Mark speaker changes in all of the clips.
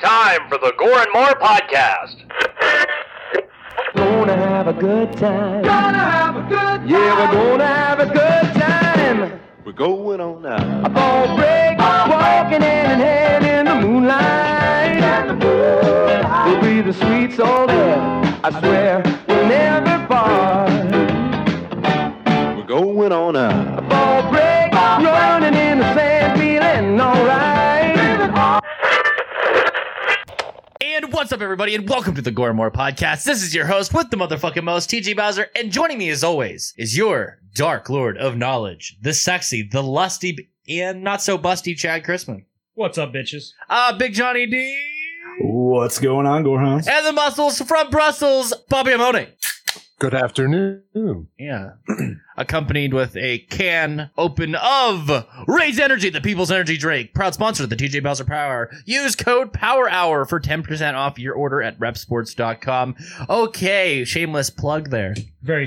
Speaker 1: time for the Gore and More podcast.
Speaker 2: Gonna have a good time. Gonna have a good time. Yeah, we're gonna have a good time.
Speaker 3: We're going on now.
Speaker 2: A ball break, walking hand in hand in the moonlight. We'll breathe the sweet salt air. I swear we'll never part.
Speaker 3: We're going on now.
Speaker 2: Ball break, running in the sand, feeling alright.
Speaker 4: And what's up, everybody, and welcome to the Gore More Podcast. This is your host with the motherfucking most, TJ Bowser, and joining me as always is your Dark Lord of Knowledge, the sexy, the lusty, and not so busty Chad Chrisman.
Speaker 5: What's up, bitches?
Speaker 4: Ah, Big Johnny D,
Speaker 6: What's going on, Gorhans?
Speaker 4: and the muscles from Brussels, Bobby Amone.
Speaker 7: Good afternoon.
Speaker 4: Yeah. Accompanied with a can open of Raise Energy, the People's Energy Drink. Proud sponsor of the TJ Bowser Power Hour. Use code Power Hour for 10% off your order at repsports.com. Okay, shameless plug there.
Speaker 5: Very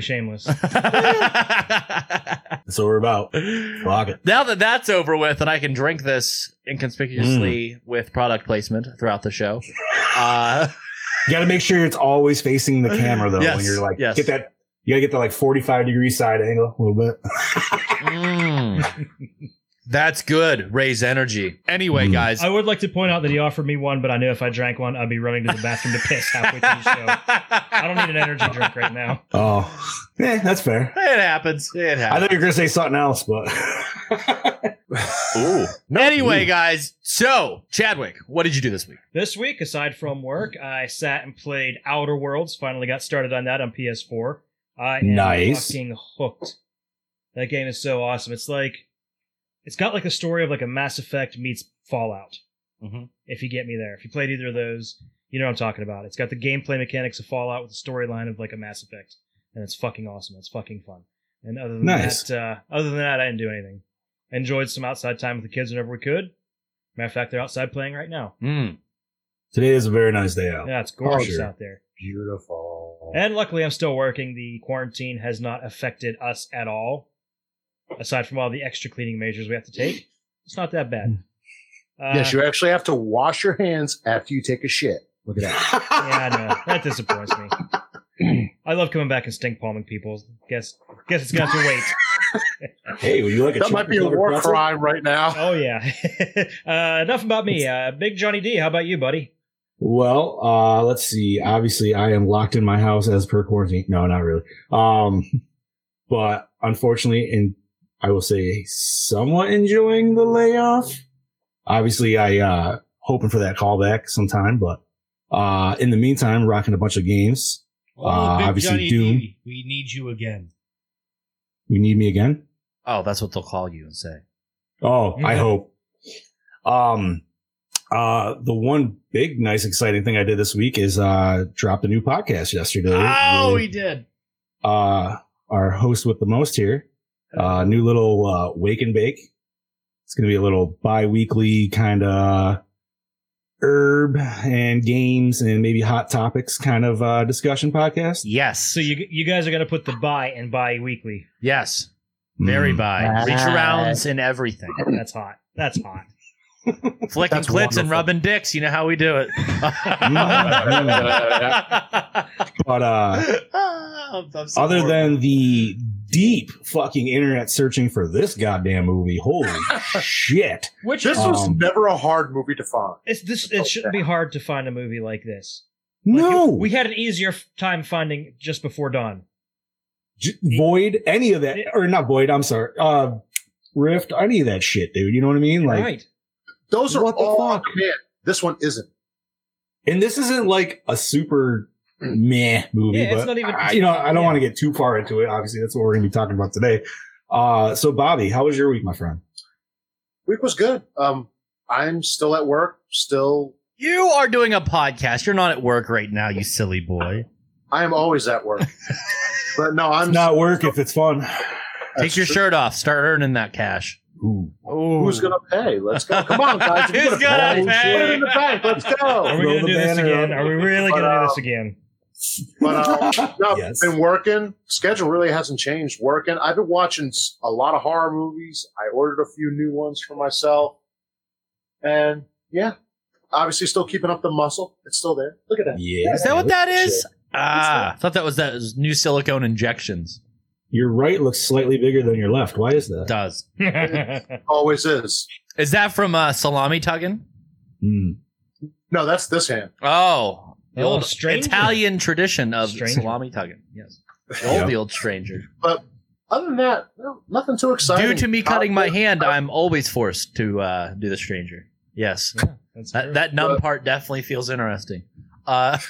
Speaker 5: shameless.
Speaker 4: now
Speaker 6: That's what we're about. Rock it.
Speaker 4: that that's over with, and I can drink this
Speaker 7: Mm.
Speaker 4: inconspicuously with product placement throughout the show. Uh,
Speaker 6: You got to make sure it's always facing the
Speaker 7: Oh,
Speaker 6: camera though.
Speaker 4: Yes,
Speaker 6: When you're like,
Speaker 4: yes.
Speaker 6: get that. You got to get the like 45 degree side angle a little bit.
Speaker 4: mm. that's good. Raise energy. Anyway,
Speaker 6: Mm.
Speaker 4: guys.
Speaker 5: I would like to point out that he offered me one, but I knew if I drank one, I'd be running to the bathroom to piss halfway through the show. I don't need an energy drink right now.
Speaker 6: Oh, yeah, that's fair.
Speaker 4: It happens. It
Speaker 6: I
Speaker 4: happens.
Speaker 6: thought you were gonna say something else, but
Speaker 3: Ooh.
Speaker 4: Anyway, guys. So, Chadwick, what did you do this week?
Speaker 5: This week, aside from work, I sat and played Outer Worlds. Finally got started on that on PS4. I am
Speaker 6: Nice.
Speaker 5: fucking hooked. That game is so awesome. It's like, it's got like a story of like a Mass Effect meets Fallout.
Speaker 4: Mhm.
Speaker 5: If you get me there, if you played either of those, you know what I'm talking about. It's got the gameplay mechanics of Fallout with the storyline of like a Mass Effect, and it's fucking awesome. It's fucking fun. And other than
Speaker 6: Nice.
Speaker 5: that, uh, other than that, I didn't do anything. I enjoyed some outside time with the kids whenever we could. Matter of fact, they're outside playing right now.
Speaker 4: Mm.
Speaker 6: today is a very nice day out.
Speaker 5: Yeah, it's gorgeous
Speaker 6: sure.
Speaker 5: out there.
Speaker 6: Beautiful.
Speaker 5: And luckily, I'm still working. The quarantine has not affected us at all, aside from all the extra cleaning measures we have to take. It's not that bad. Uh,
Speaker 7: Hmm. yes, you actually have to wash your hands after you take a shit. Look at that.
Speaker 5: yeah, I know. That disappoints me. I love coming back and stink palming people. Guess guess it's got to wait.
Speaker 6: Hey, would you like a
Speaker 7: that might be a
Speaker 6: chocolate
Speaker 7: war
Speaker 6: pretzel?
Speaker 7: crime right now.
Speaker 5: Oh yeah. uh, enough about me. Uh, Big Johnny D. How about you, buddy?
Speaker 6: Well, uh, let's see. Obviously, I am locked in my house as per quarantine. No, not really. Um, but unfortunately, and I will say, somewhat enjoying the layoff. Obviously, I uh, hoping for that callback sometime, but uh, in the meantime, rocking a bunch of games.
Speaker 8: Oh,
Speaker 6: Uh,
Speaker 8: Big
Speaker 6: obviously
Speaker 8: Johnny
Speaker 6: Doom.
Speaker 8: D, we need you again.
Speaker 6: You need me again?
Speaker 4: Oh, that's what they'll call you and say.
Speaker 6: Oh, I
Speaker 5: Mhm.
Speaker 6: hope. Um, uh, the one big, nice, exciting thing I did this week is uh, dropped a new podcast yesterday.
Speaker 4: Oh,
Speaker 6: Really-
Speaker 4: he did.
Speaker 6: uh, our host with the most here. Uh, new little uh, wake and bake. It's going to be a little bi-weekly kind of herb and games and maybe hot topics kind of uh, discussion podcast.
Speaker 4: Yes.
Speaker 5: So you you guys are gonna put the buy and buy weekly.
Speaker 4: yes. Very
Speaker 6: Mm.
Speaker 4: by. Reach arounds and everything.
Speaker 5: That's hot. That's hot.
Speaker 4: Flicking
Speaker 7: That's
Speaker 4: clits and
Speaker 7: wonderful.
Speaker 4: rubbing dicks. You know how we do it.
Speaker 6: Mm. But uh,
Speaker 4: I'm- Oh, I'm so
Speaker 6: other
Speaker 4: bored.
Speaker 6: than the deep fucking internet searching for this goddamn movie, holy shit!
Speaker 5: Which
Speaker 7: This was
Speaker 6: Um,
Speaker 7: never a hard movie to find.
Speaker 5: It's this. It shouldn't be hard to find a movie like this. Like,
Speaker 6: No,
Speaker 5: it- we had an easier f- time finding just before dawn.
Speaker 6: J- void any of that, or not void. I'm sorry, uh, rift any of that shit, dude. You know what I mean? Like,
Speaker 5: right?
Speaker 7: Those are
Speaker 6: What the
Speaker 7: all
Speaker 6: fuck?
Speaker 7: hit. This one isn't.
Speaker 6: and this isn't like a super
Speaker 7: Mm.
Speaker 6: meh movie,
Speaker 5: Yeah, it's
Speaker 6: but
Speaker 5: not even-
Speaker 6: I- you know, I don't
Speaker 5: yeah.
Speaker 6: want to get too far into it. Obviously, that's what we're going to be talking about today. Uh, so, Bobby, how was your week, my friend?
Speaker 7: Week was good. Um, I'm still at work. Still,
Speaker 4: you are doing a podcast. You're not at work right now, you silly boy.
Speaker 7: I am always at work. but no, I'm
Speaker 6: It's not work if it's fun.
Speaker 4: Take your shirt off. Start earning that cash.
Speaker 6: Ooh.
Speaker 7: Who's gonna pay? Let's go. Come on, guys. We're
Speaker 4: Who's gonna
Speaker 7: pay.
Speaker 4: pay?
Speaker 7: Put it in the bank. Let's
Speaker 5: Are
Speaker 7: go.
Speaker 5: we
Speaker 6: Throw
Speaker 5: gonna
Speaker 6: the
Speaker 5: do this
Speaker 6: banner
Speaker 5: again?
Speaker 6: up.
Speaker 5: Are we really gonna do this again?
Speaker 7: But uh, no,
Speaker 6: Yes.
Speaker 7: been working. Schedule really hasn't changed. Working. I've been watching s- a lot of horror movies. I ordered a few new ones for myself, and yeah, Obviously, still keeping up the muscle. It's still there. Look at that.
Speaker 6: Yeah.
Speaker 4: Is that what that is?
Speaker 6: Shit.
Speaker 4: Ah, I thought that was that was new silicone injections.
Speaker 6: Your right looks slightly bigger than your left. Why is that?
Speaker 4: Does
Speaker 7: Always is.
Speaker 4: is that from uh, salami tugging?
Speaker 6: Hmm.
Speaker 7: No, that's this hand.
Speaker 4: Oh, the
Speaker 5: Oh,
Speaker 4: old
Speaker 5: stranger.
Speaker 4: Italian tradition of
Speaker 5: Stranger.
Speaker 4: salami tugging. Yes, the old,
Speaker 6: Yeah.
Speaker 4: the old stranger.
Speaker 7: But other than that, no, nothing too exciting.
Speaker 4: Due to me cutting my
Speaker 7: Probably-
Speaker 4: hand, I'm always forced to uh, do the stranger. Yes,
Speaker 5: That's
Speaker 4: that,
Speaker 5: true.
Speaker 4: that numb
Speaker 7: But-
Speaker 4: part definitely feels interesting. Uh,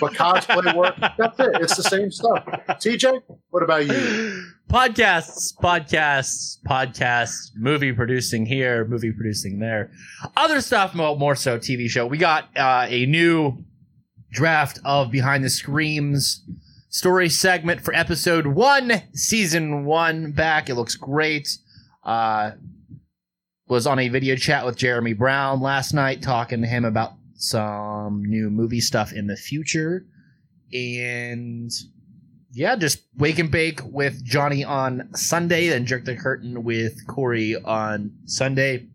Speaker 7: But cosplay work, that's it. It's the same stuff. TJ, what about you?
Speaker 4: podcasts, podcasts, podcasts, movie producing here, movie producing there. Other stuff, mo- more so TV show. We got uh, a new draft of Behind the Screams story segment for episode one, season one back. It looks great. Uh, was on a video chat with Jeremy Brown last night, talking to him about some new movie stuff in the future. And yeah, just wake and bake with Johnny on Sunday, then jerk the curtain with Corey on Sunday.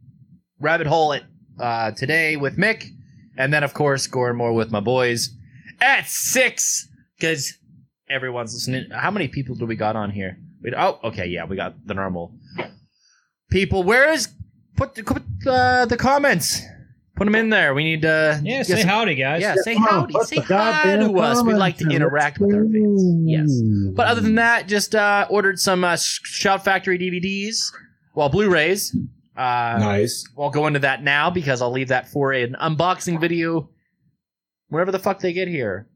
Speaker 4: Rabbit hole it uh, today with Mick, and then of course Gore and more with my boys at six because everyone's listening. How many people do we got on here? We, oh, okay, yeah, we got the normal people. Where is put the put uh, the comments? Put them in there. We need to
Speaker 5: yeah,
Speaker 4: get
Speaker 5: say
Speaker 4: some-
Speaker 5: howdy, guys.
Speaker 4: yeah, say
Speaker 6: Come on,
Speaker 4: howdy.
Speaker 6: put
Speaker 4: Say
Speaker 6: the
Speaker 4: hi
Speaker 6: goddamn
Speaker 4: to us. We
Speaker 6: comments
Speaker 4: like to
Speaker 6: in.
Speaker 4: interact with our fans. Yes. But other than that, just uh, ordered some uh, Shout Factory DVDs, well, Blu-rays. Uh,
Speaker 6: nice.
Speaker 4: Won't go into that now because I'll leave that for an unboxing video, whenever the fuck they get here.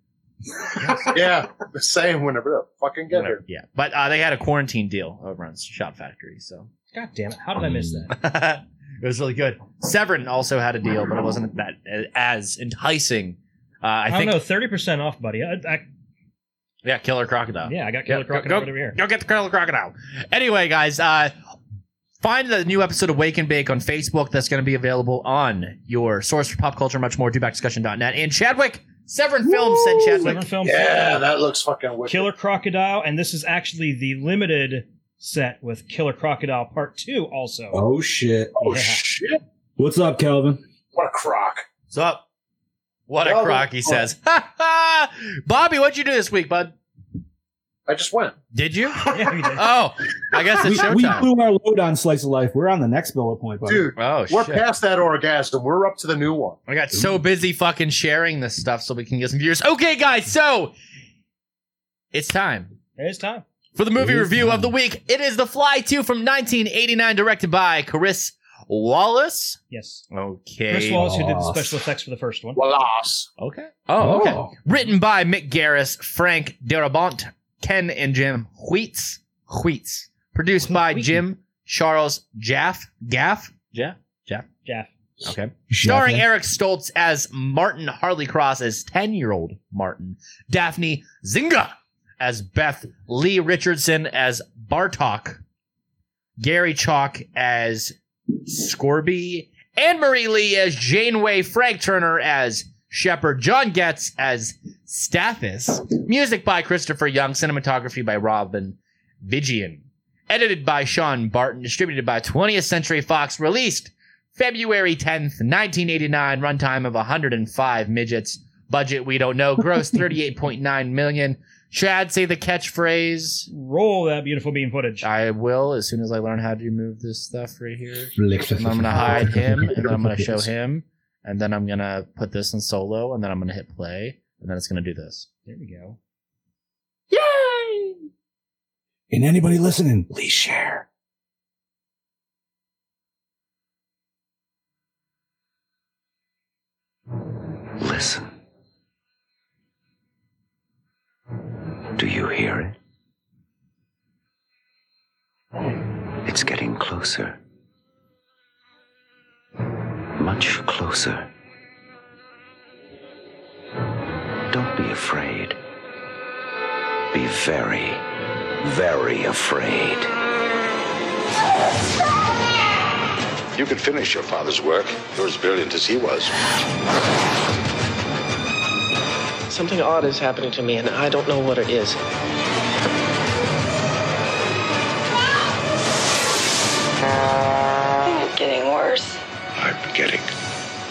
Speaker 7: Yeah, the same whenever the fucking get
Speaker 4: Whenever-
Speaker 7: here.
Speaker 4: Yeah, but uh, they had a quarantine deal over on Shout Factory, so
Speaker 5: God damn it! How did I miss that?
Speaker 4: it was really good. Severin also had a deal, but it wasn't that uh, as enticing. Uh, I,
Speaker 5: I,
Speaker 4: think,
Speaker 5: don't know. Thirty percent off, buddy. I, I,
Speaker 4: yeah, Killer Crocodile.
Speaker 5: yeah, I got Killer
Speaker 4: Yeah, go-
Speaker 5: Crocodile
Speaker 4: go-
Speaker 5: right over here.
Speaker 4: Go get the Colonel Crocodile. Anyway, guys, uh, find the new episode of Wake and Bake on Facebook. That's going to be available on your source for pop culture, much more, dobackdiscussion.net. And Chadwick, Severin Films sent
Speaker 5: Seven
Speaker 4: Chadwick.
Speaker 5: films.
Speaker 7: Yeah, that looks fucking wicked.
Speaker 5: Killer Crocodile, and this is actually the limited set with Killer Crocodile Part Two. Also,
Speaker 6: Oh shit.
Speaker 7: Oh
Speaker 5: Yeah.
Speaker 7: shit!
Speaker 6: What's up, Calvin?
Speaker 7: What a crock.
Speaker 4: What's up? What a
Speaker 7: Well,
Speaker 4: crock, he
Speaker 7: well.
Speaker 4: says. Ha ha! Bobby, what'd you do this week, bud?
Speaker 7: I just went.
Speaker 4: Did you?
Speaker 5: Yeah, we did.
Speaker 4: Oh, I guess
Speaker 6: We,
Speaker 4: it's
Speaker 6: we
Speaker 4: showtime.
Speaker 6: blew our load on Slice of Life. We're on the next bullet point, buddy.
Speaker 7: Dude,
Speaker 4: Oh,
Speaker 7: we're
Speaker 4: shit.
Speaker 7: past that orgasm. We're up to the new one.
Speaker 4: I got so busy fucking sharing this stuff so we can get some viewers. Okay, guys, so it's time.
Speaker 5: it's time.
Speaker 4: For the movie
Speaker 6: It is
Speaker 4: review
Speaker 6: time.
Speaker 4: of the week, it is The Fly 2 from 1989, directed by Chris Wallace.
Speaker 5: Yes,
Speaker 4: Okay.
Speaker 5: Chris Wallace, who did the
Speaker 6: Off.
Speaker 5: special effects for the first one.
Speaker 7: Wallace.
Speaker 4: Okay. Oh, okay. Written by Mick Garris, Frank Darabont, Ken and Jim Wheats. Wheats. Produced by
Speaker 5: Wheaton.
Speaker 4: Jim Charles Jaff. Gaff? Jaff?
Speaker 5: Jeff.
Speaker 4: Okay.
Speaker 6: Shit.
Speaker 4: Starring Eric Stoltz as Martin, Harley Cross as 10 year old Martin, Daphne Zinga as Beth, Lee Richardson as Bartok, Gary Chalk as Scorby, Anne Marie Lee as Janeway, Frank Turner as Shepard, John Getz as Stathis, music by Christopher Young, cinematography by Robin Vigian, edited by Sean Barton, distributed by 20th Century Fox, released February 10th, 1989, runtime of 105 midgets. Budget we don't know. Gross 38.9 million. Chad, say the catchphrase.
Speaker 5: Roll that beautiful beam footage.
Speaker 4: I will as soon as I learn how to move this stuff right here. And then I'm gonna hide him, and then I'm gonna show him, and then I'm gonna put this in solo, and then I'm gonna hit play, and then it's gonna do this.
Speaker 5: There we go.
Speaker 6: And anybody listening, please share.
Speaker 8: Listen. Do you hear it? It's getting closer. Much closer. Don't be afraid. Be very, very afraid.
Speaker 9: You could finish your father's work. You're as brilliant as he was.
Speaker 10: Something odd is happening to me, and I don't know what it is.
Speaker 11: It's getting worse.
Speaker 9: I'm getting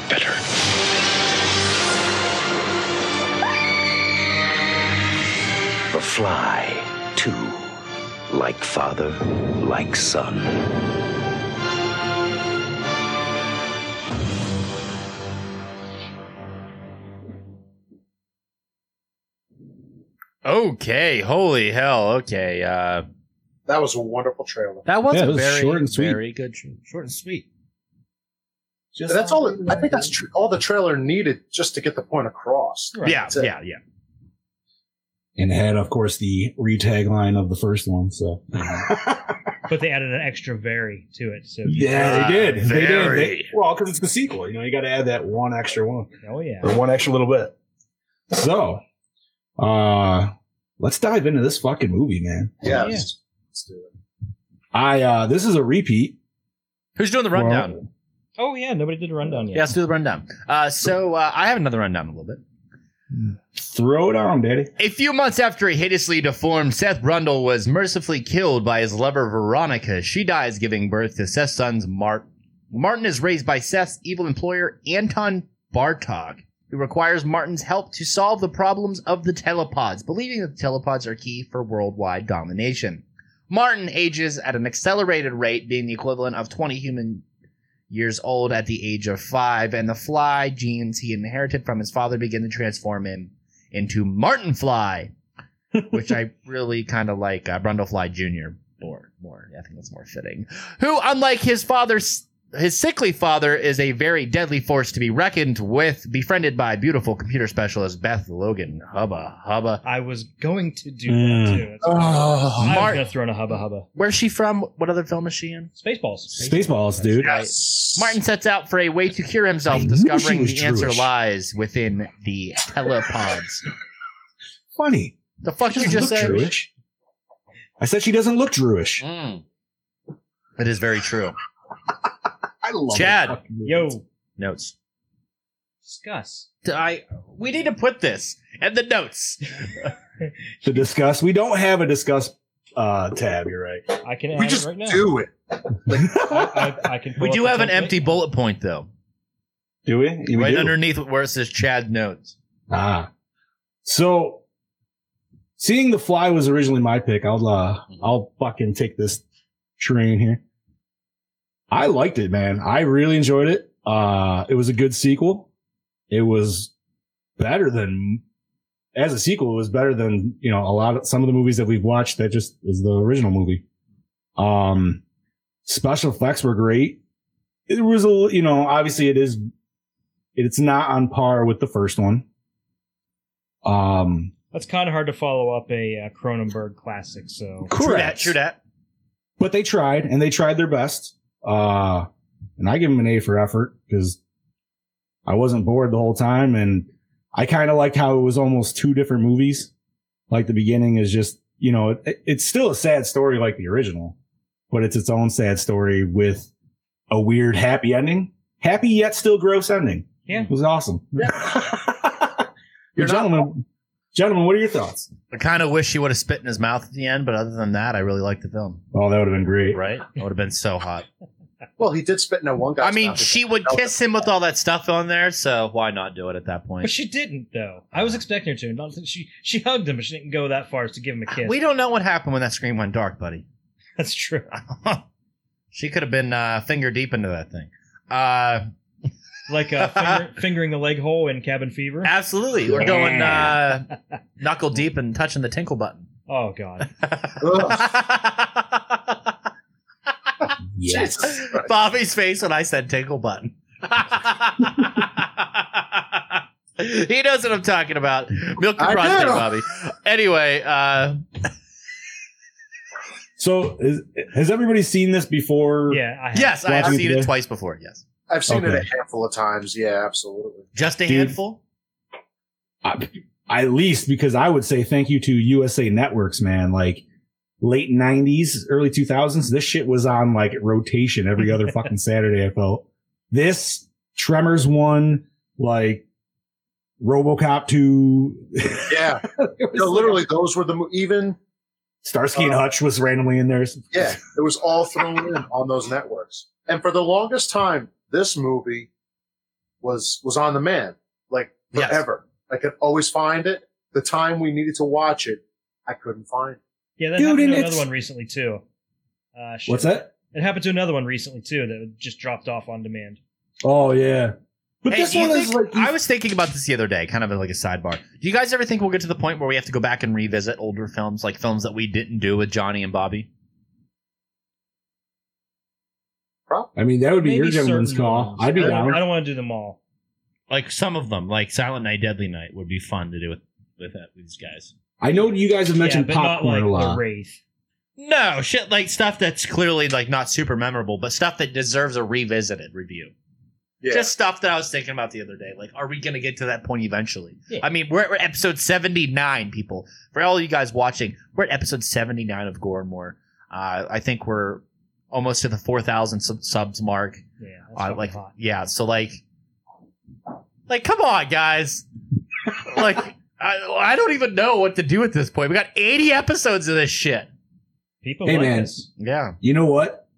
Speaker 9: better.
Speaker 8: The Fly 2. Like father, like son.
Speaker 4: Okay, holy hell. Okay, uh,
Speaker 7: That was a wonderful trailer.
Speaker 4: that was
Speaker 6: Yeah,
Speaker 4: a
Speaker 6: it was
Speaker 4: very,
Speaker 6: short and sweet.
Speaker 4: very good, short and sweet.
Speaker 6: Just
Speaker 7: That's all. it- I think that's tr- all the trailer needed just to get the point across.
Speaker 4: Yeah,
Speaker 7: That's it.
Speaker 4: yeah, yeah.
Speaker 6: and had, of course, the retag line of the first one. So
Speaker 5: But they added an extra very to it. So
Speaker 6: yeah, they did. They did.
Speaker 4: very.
Speaker 6: They, well, because it's the sequel. You know, you got to add that one extra one
Speaker 5: oh yeah.
Speaker 6: or one extra little bit. So, uh, let's dive into this fucking movie, man.
Speaker 7: Yeah, Let's, let's do it.
Speaker 6: I uh, this is a repeat.
Speaker 4: Who's doing the rundown?
Speaker 6: Well,
Speaker 5: Oh yeah. Nobody did a rundown yet.
Speaker 4: Yeah, let's do the rundown. Uh, so uh, I have another rundown in a little bit.
Speaker 6: Throw it on, daddy.
Speaker 4: A few months after a hideously deformed Seth Brundle was mercifully killed by his lover Veronica, she dies giving birth to Seth's sons Mart. Martin is raised by Seth's evil employer Anton Bartog, who requires Martin's help to solve the problems of the telepods, believing that the telepods are key for worldwide domination. Martin ages at an accelerated rate, being the equivalent of 20 human years old at the age of five, and the fly genes he inherited from his father begin to transform him into Martin Fly, which I really kind of like uh, Brundle Fly Jr. more. More, I think that's more fitting. Who, unlike his father, his sickly father, is a very deadly force to be reckoned with. Befriended by beautiful computer specialist Beth Logan, hubba hubba.
Speaker 5: I was going to do
Speaker 6: Mm.
Speaker 5: that too.
Speaker 7: Uh,
Speaker 5: That's-
Speaker 6: Oh,
Speaker 5: I was
Speaker 4: Mark-
Speaker 5: gonna throw in a hubba hubba.
Speaker 4: Where's she from? What other film is she in?
Speaker 5: Spaceballs.
Speaker 6: Spaceballs, dude.
Speaker 7: Yes.
Speaker 4: Martin sets out for a way to cure himself,
Speaker 6: I knew she
Speaker 4: discovering the
Speaker 6: was
Speaker 4: answer
Speaker 6: Jewish.
Speaker 4: lies within the telepods.
Speaker 6: Funny.
Speaker 4: the fuck
Speaker 6: She
Speaker 4: you
Speaker 6: doesn't
Speaker 4: just
Speaker 6: look
Speaker 4: said?
Speaker 6: Druish. I said she doesn't look Druish.
Speaker 4: Mm. It is very true.
Speaker 6: I love
Speaker 4: Chad.
Speaker 6: that fucking movie.
Speaker 5: Yo,
Speaker 4: Notes.
Speaker 5: discuss.
Speaker 4: I we need to put this and the notes.
Speaker 6: to discuss. We don't have a discuss uh, tab. You're right.
Speaker 5: I can add
Speaker 7: we just
Speaker 5: it right now.
Speaker 7: do it.
Speaker 5: I, I, I can.
Speaker 4: We
Speaker 5: pull
Speaker 4: do
Speaker 5: up
Speaker 4: have
Speaker 5: the
Speaker 4: an
Speaker 5: template.
Speaker 4: empty bullet point though,
Speaker 6: Do we? We
Speaker 4: right
Speaker 6: do.
Speaker 4: underneath where it says Chad notes.
Speaker 6: Ah. So, seeing the fly was originally my pick. I'll uh, I'll fucking take this train here. I liked it, man. I really enjoyed it. Uh, it was a good sequel. It was better than as a sequel. It was better than you know a lot of some of the movies that we've watched. That just is the original movie. Um, special effects were great. It was a li- you know obviously it is it's not on par with the first one. Um,
Speaker 5: That's kind of hard to follow up a uh, Cronenberg classic. So
Speaker 4: True that. True that.
Speaker 6: But they tried and they tried their best. Uh, and I give them an A for effort because I wasn't bored the whole time. And I kind of liked how it was almost two different movies. Like the beginning is just, you know, it, it's still a sad story like the original, but it's its own sad story with a weird happy ending, happy yet still gross ending.
Speaker 5: Yeah.
Speaker 6: It was awesome.
Speaker 4: You're not
Speaker 6: gentlemen, gentlemen, what are your thoughts?
Speaker 4: I kind of wish he would have spit in his mouth at the end, but other than that, I really liked the film.
Speaker 6: Oh, that would have been great.
Speaker 4: Right? It would have been so hot.
Speaker 7: Well, he did spit in a one guy.
Speaker 4: I mean, she would kiss him with all that stuff on there, so why not do it at that
Speaker 5: but
Speaker 4: point?
Speaker 5: she didn't though. I was expecting her to. Not that she she hugged him, but she didn't go that far as to give him a kiss.
Speaker 4: We don't know what happened when that screen went dark, buddy.
Speaker 5: That's true.
Speaker 4: she could have been uh, finger deep into that thing. Uh,
Speaker 5: Like uh, finger, fingering the leg hole in Cabin Fever.
Speaker 4: Ah. absolutely. We're going uh, knuckle deep and touching the tinkle button.
Speaker 5: Oh god.
Speaker 6: Yes.
Speaker 4: Bobby's face when I said tinkle button. he knows what I'm talking about. Milk the
Speaker 7: I
Speaker 4: frosting,
Speaker 7: do.
Speaker 4: Bobby. Anyway, uh,
Speaker 6: So, is, has everybody seen this before?
Speaker 5: Yeah. I have.
Speaker 4: yes, I have
Speaker 6: Watching
Speaker 4: seen it
Speaker 6: today?
Speaker 4: twice before. Yes,
Speaker 7: I've seen it
Speaker 6: Okay.
Speaker 7: a handful of times. Yeah, absolutely.
Speaker 4: just a
Speaker 6: Dude.
Speaker 4: handful.
Speaker 6: I, at least because I would say thank you to USA Networks, man. Like late '90s, early 2000s, this shit was on like rotation every other fucking Saturday. I felt this Tremors one, like RoboCop two.
Speaker 7: Yeah,
Speaker 6: It was
Speaker 7: no,
Speaker 6: like-
Speaker 7: literally, those were the mo- even.
Speaker 6: Starsky
Speaker 5: Uh,
Speaker 6: and Hutch was randomly in there.
Speaker 7: Yeah, it was all thrown in on those networks. And for the longest time, this movie was was on the man like
Speaker 4: Yes.
Speaker 7: forever. I could always find it. The time we needed to watch it, I couldn't find it.
Speaker 5: Yeah, that
Speaker 6: Dude,
Speaker 5: happened
Speaker 6: and
Speaker 5: to another
Speaker 6: it's-
Speaker 5: one recently too. Uh, shit.
Speaker 6: What's that?
Speaker 5: It happened to another one recently too that just dropped off on demand.
Speaker 6: Oh yeah. But
Speaker 4: Hey,
Speaker 6: this
Speaker 4: do you
Speaker 6: one is
Speaker 4: think-
Speaker 6: like
Speaker 4: I was thinking about this the other day, kind of like a sidebar. Do you guys ever think we'll get to the point where we have to go back and revisit older films, like films that we didn't do with Johnny and Bobby?
Speaker 6: I mean that would be your
Speaker 5: Maybe
Speaker 6: gentleman's
Speaker 5: certain
Speaker 6: call.
Speaker 5: ones.
Speaker 6: I'd be
Speaker 5: I don't- I
Speaker 6: down.
Speaker 5: don't want to do them all.
Speaker 4: Like some of them, like Silent Night, Deadly Night, would be fun to do with with, that, with these guys.
Speaker 6: I know you guys have mentioned
Speaker 5: yeah, but not
Speaker 6: popcorn
Speaker 5: like
Speaker 6: a
Speaker 5: the
Speaker 6: lot.
Speaker 5: Wraith.
Speaker 4: No shit, like stuff that's clearly like not super memorable, but stuff that deserves a revisited review.
Speaker 7: Yeah.
Speaker 4: Just stuff that I was thinking about the other day. Like, are we going to get to that point eventually?
Speaker 5: Yeah.
Speaker 4: I mean, we're at we're at episode 79, people. For all you guys watching, we're at episode 79 of Gore and More. Uh, I think we're almost to the 4,000 sub- subs mark.
Speaker 5: Yeah, that's
Speaker 4: Uh,
Speaker 5: fucking
Speaker 4: like,
Speaker 5: hot.
Speaker 4: yeah, so like, like, come on, guys. like, I, I don't even know what to do at this point. We got 80 episodes of this shit.
Speaker 5: People
Speaker 6: Hey,
Speaker 5: like
Speaker 6: man.
Speaker 5: this.
Speaker 4: Yeah.
Speaker 6: You know what?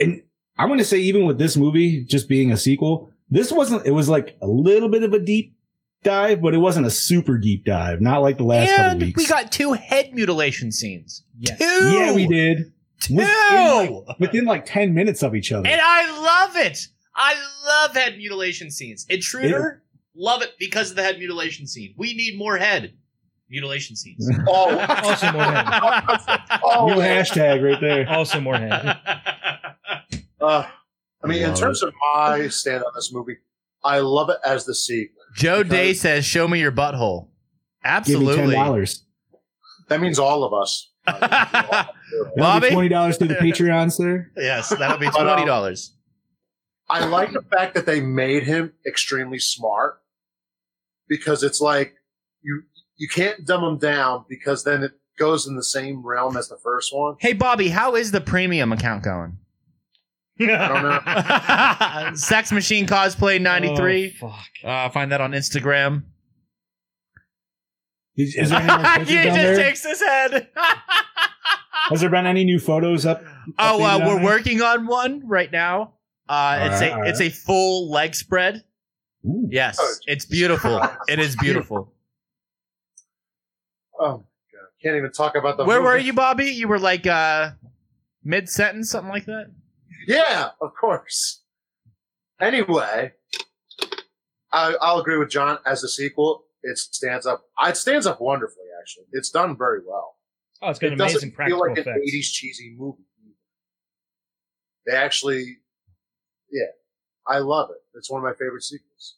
Speaker 6: And I'm gonna say even with this movie just being a sequel, this wasn't it was like a little bit of a deep dive, but it wasn't a super deep dive. Not like the last couple
Speaker 4: and
Speaker 6: weeks.
Speaker 4: we got two head mutilation scenes.
Speaker 5: Yes.
Speaker 4: Two.
Speaker 6: Yeah, we did.
Speaker 4: Two.
Speaker 6: Within like, within like 10 minutes of each other.
Speaker 4: And I love it. I love head mutilation scenes. Intruder, love it because of the head mutilation scene. We need more head mutilation scenes.
Speaker 7: Oh,
Speaker 5: Also more head.
Speaker 7: oh,
Speaker 6: New hashtag right
Speaker 4: Oh,
Speaker 6: there.
Speaker 5: Also more head.
Speaker 7: uh, I mean, in terms of my stand on this movie, I love it as the sequel.
Speaker 4: Joe Day
Speaker 7: Day
Speaker 4: says, "Show me your butthole."
Speaker 6: Give me ten
Speaker 4: Absolutely,
Speaker 6: dollars.
Speaker 7: That means all of us.
Speaker 4: Bobby?
Speaker 6: twenty dollars to the Patreon, sir.
Speaker 4: yes, that'll be
Speaker 7: But, um,
Speaker 4: twenty dollars.
Speaker 7: I like the fact that they made him extremely smart because it's like you you can't dumb him down because then it goes in the same realm as the first one.
Speaker 4: Hey, Bobby, how is the premium account going?
Speaker 7: I don't know.
Speaker 4: Sex Machine Cosplay ninety three.
Speaker 5: Oh, fuck.
Speaker 4: Uh, find that on Instagram.
Speaker 6: Is, is there any more pictures
Speaker 4: he
Speaker 6: down
Speaker 4: just
Speaker 6: there?
Speaker 4: shakes his head.
Speaker 6: Has there been any new photos up?
Speaker 4: Oh, uh,
Speaker 6: Updated on
Speaker 4: we're
Speaker 6: it?
Speaker 4: working on one right now. Uh, it's a
Speaker 6: Alright,
Speaker 4: it's a full leg spread.
Speaker 6: Ooh.
Speaker 4: Yes,
Speaker 7: Oh,
Speaker 4: it's beautiful.
Speaker 7: Christ.
Speaker 4: It is beautiful.
Speaker 7: Oh my god, can't even talk about the.
Speaker 4: Where were
Speaker 7: movie.
Speaker 4: you, Bobby? You were like uh, mid sentence, something like that.
Speaker 7: Yeah, of course. Anyway, I, I'll agree with John. As a sequel, it stands up. It stands up wonderfully. Actually, it's done very well.
Speaker 5: Oh, it's got
Speaker 7: it
Speaker 5: amazing
Speaker 7: doesn't feel
Speaker 5: practical
Speaker 7: like an
Speaker 5: effects.
Speaker 7: '80s cheesy movie. either. They actually, yeah, I love it. It's one of my favorite sequels.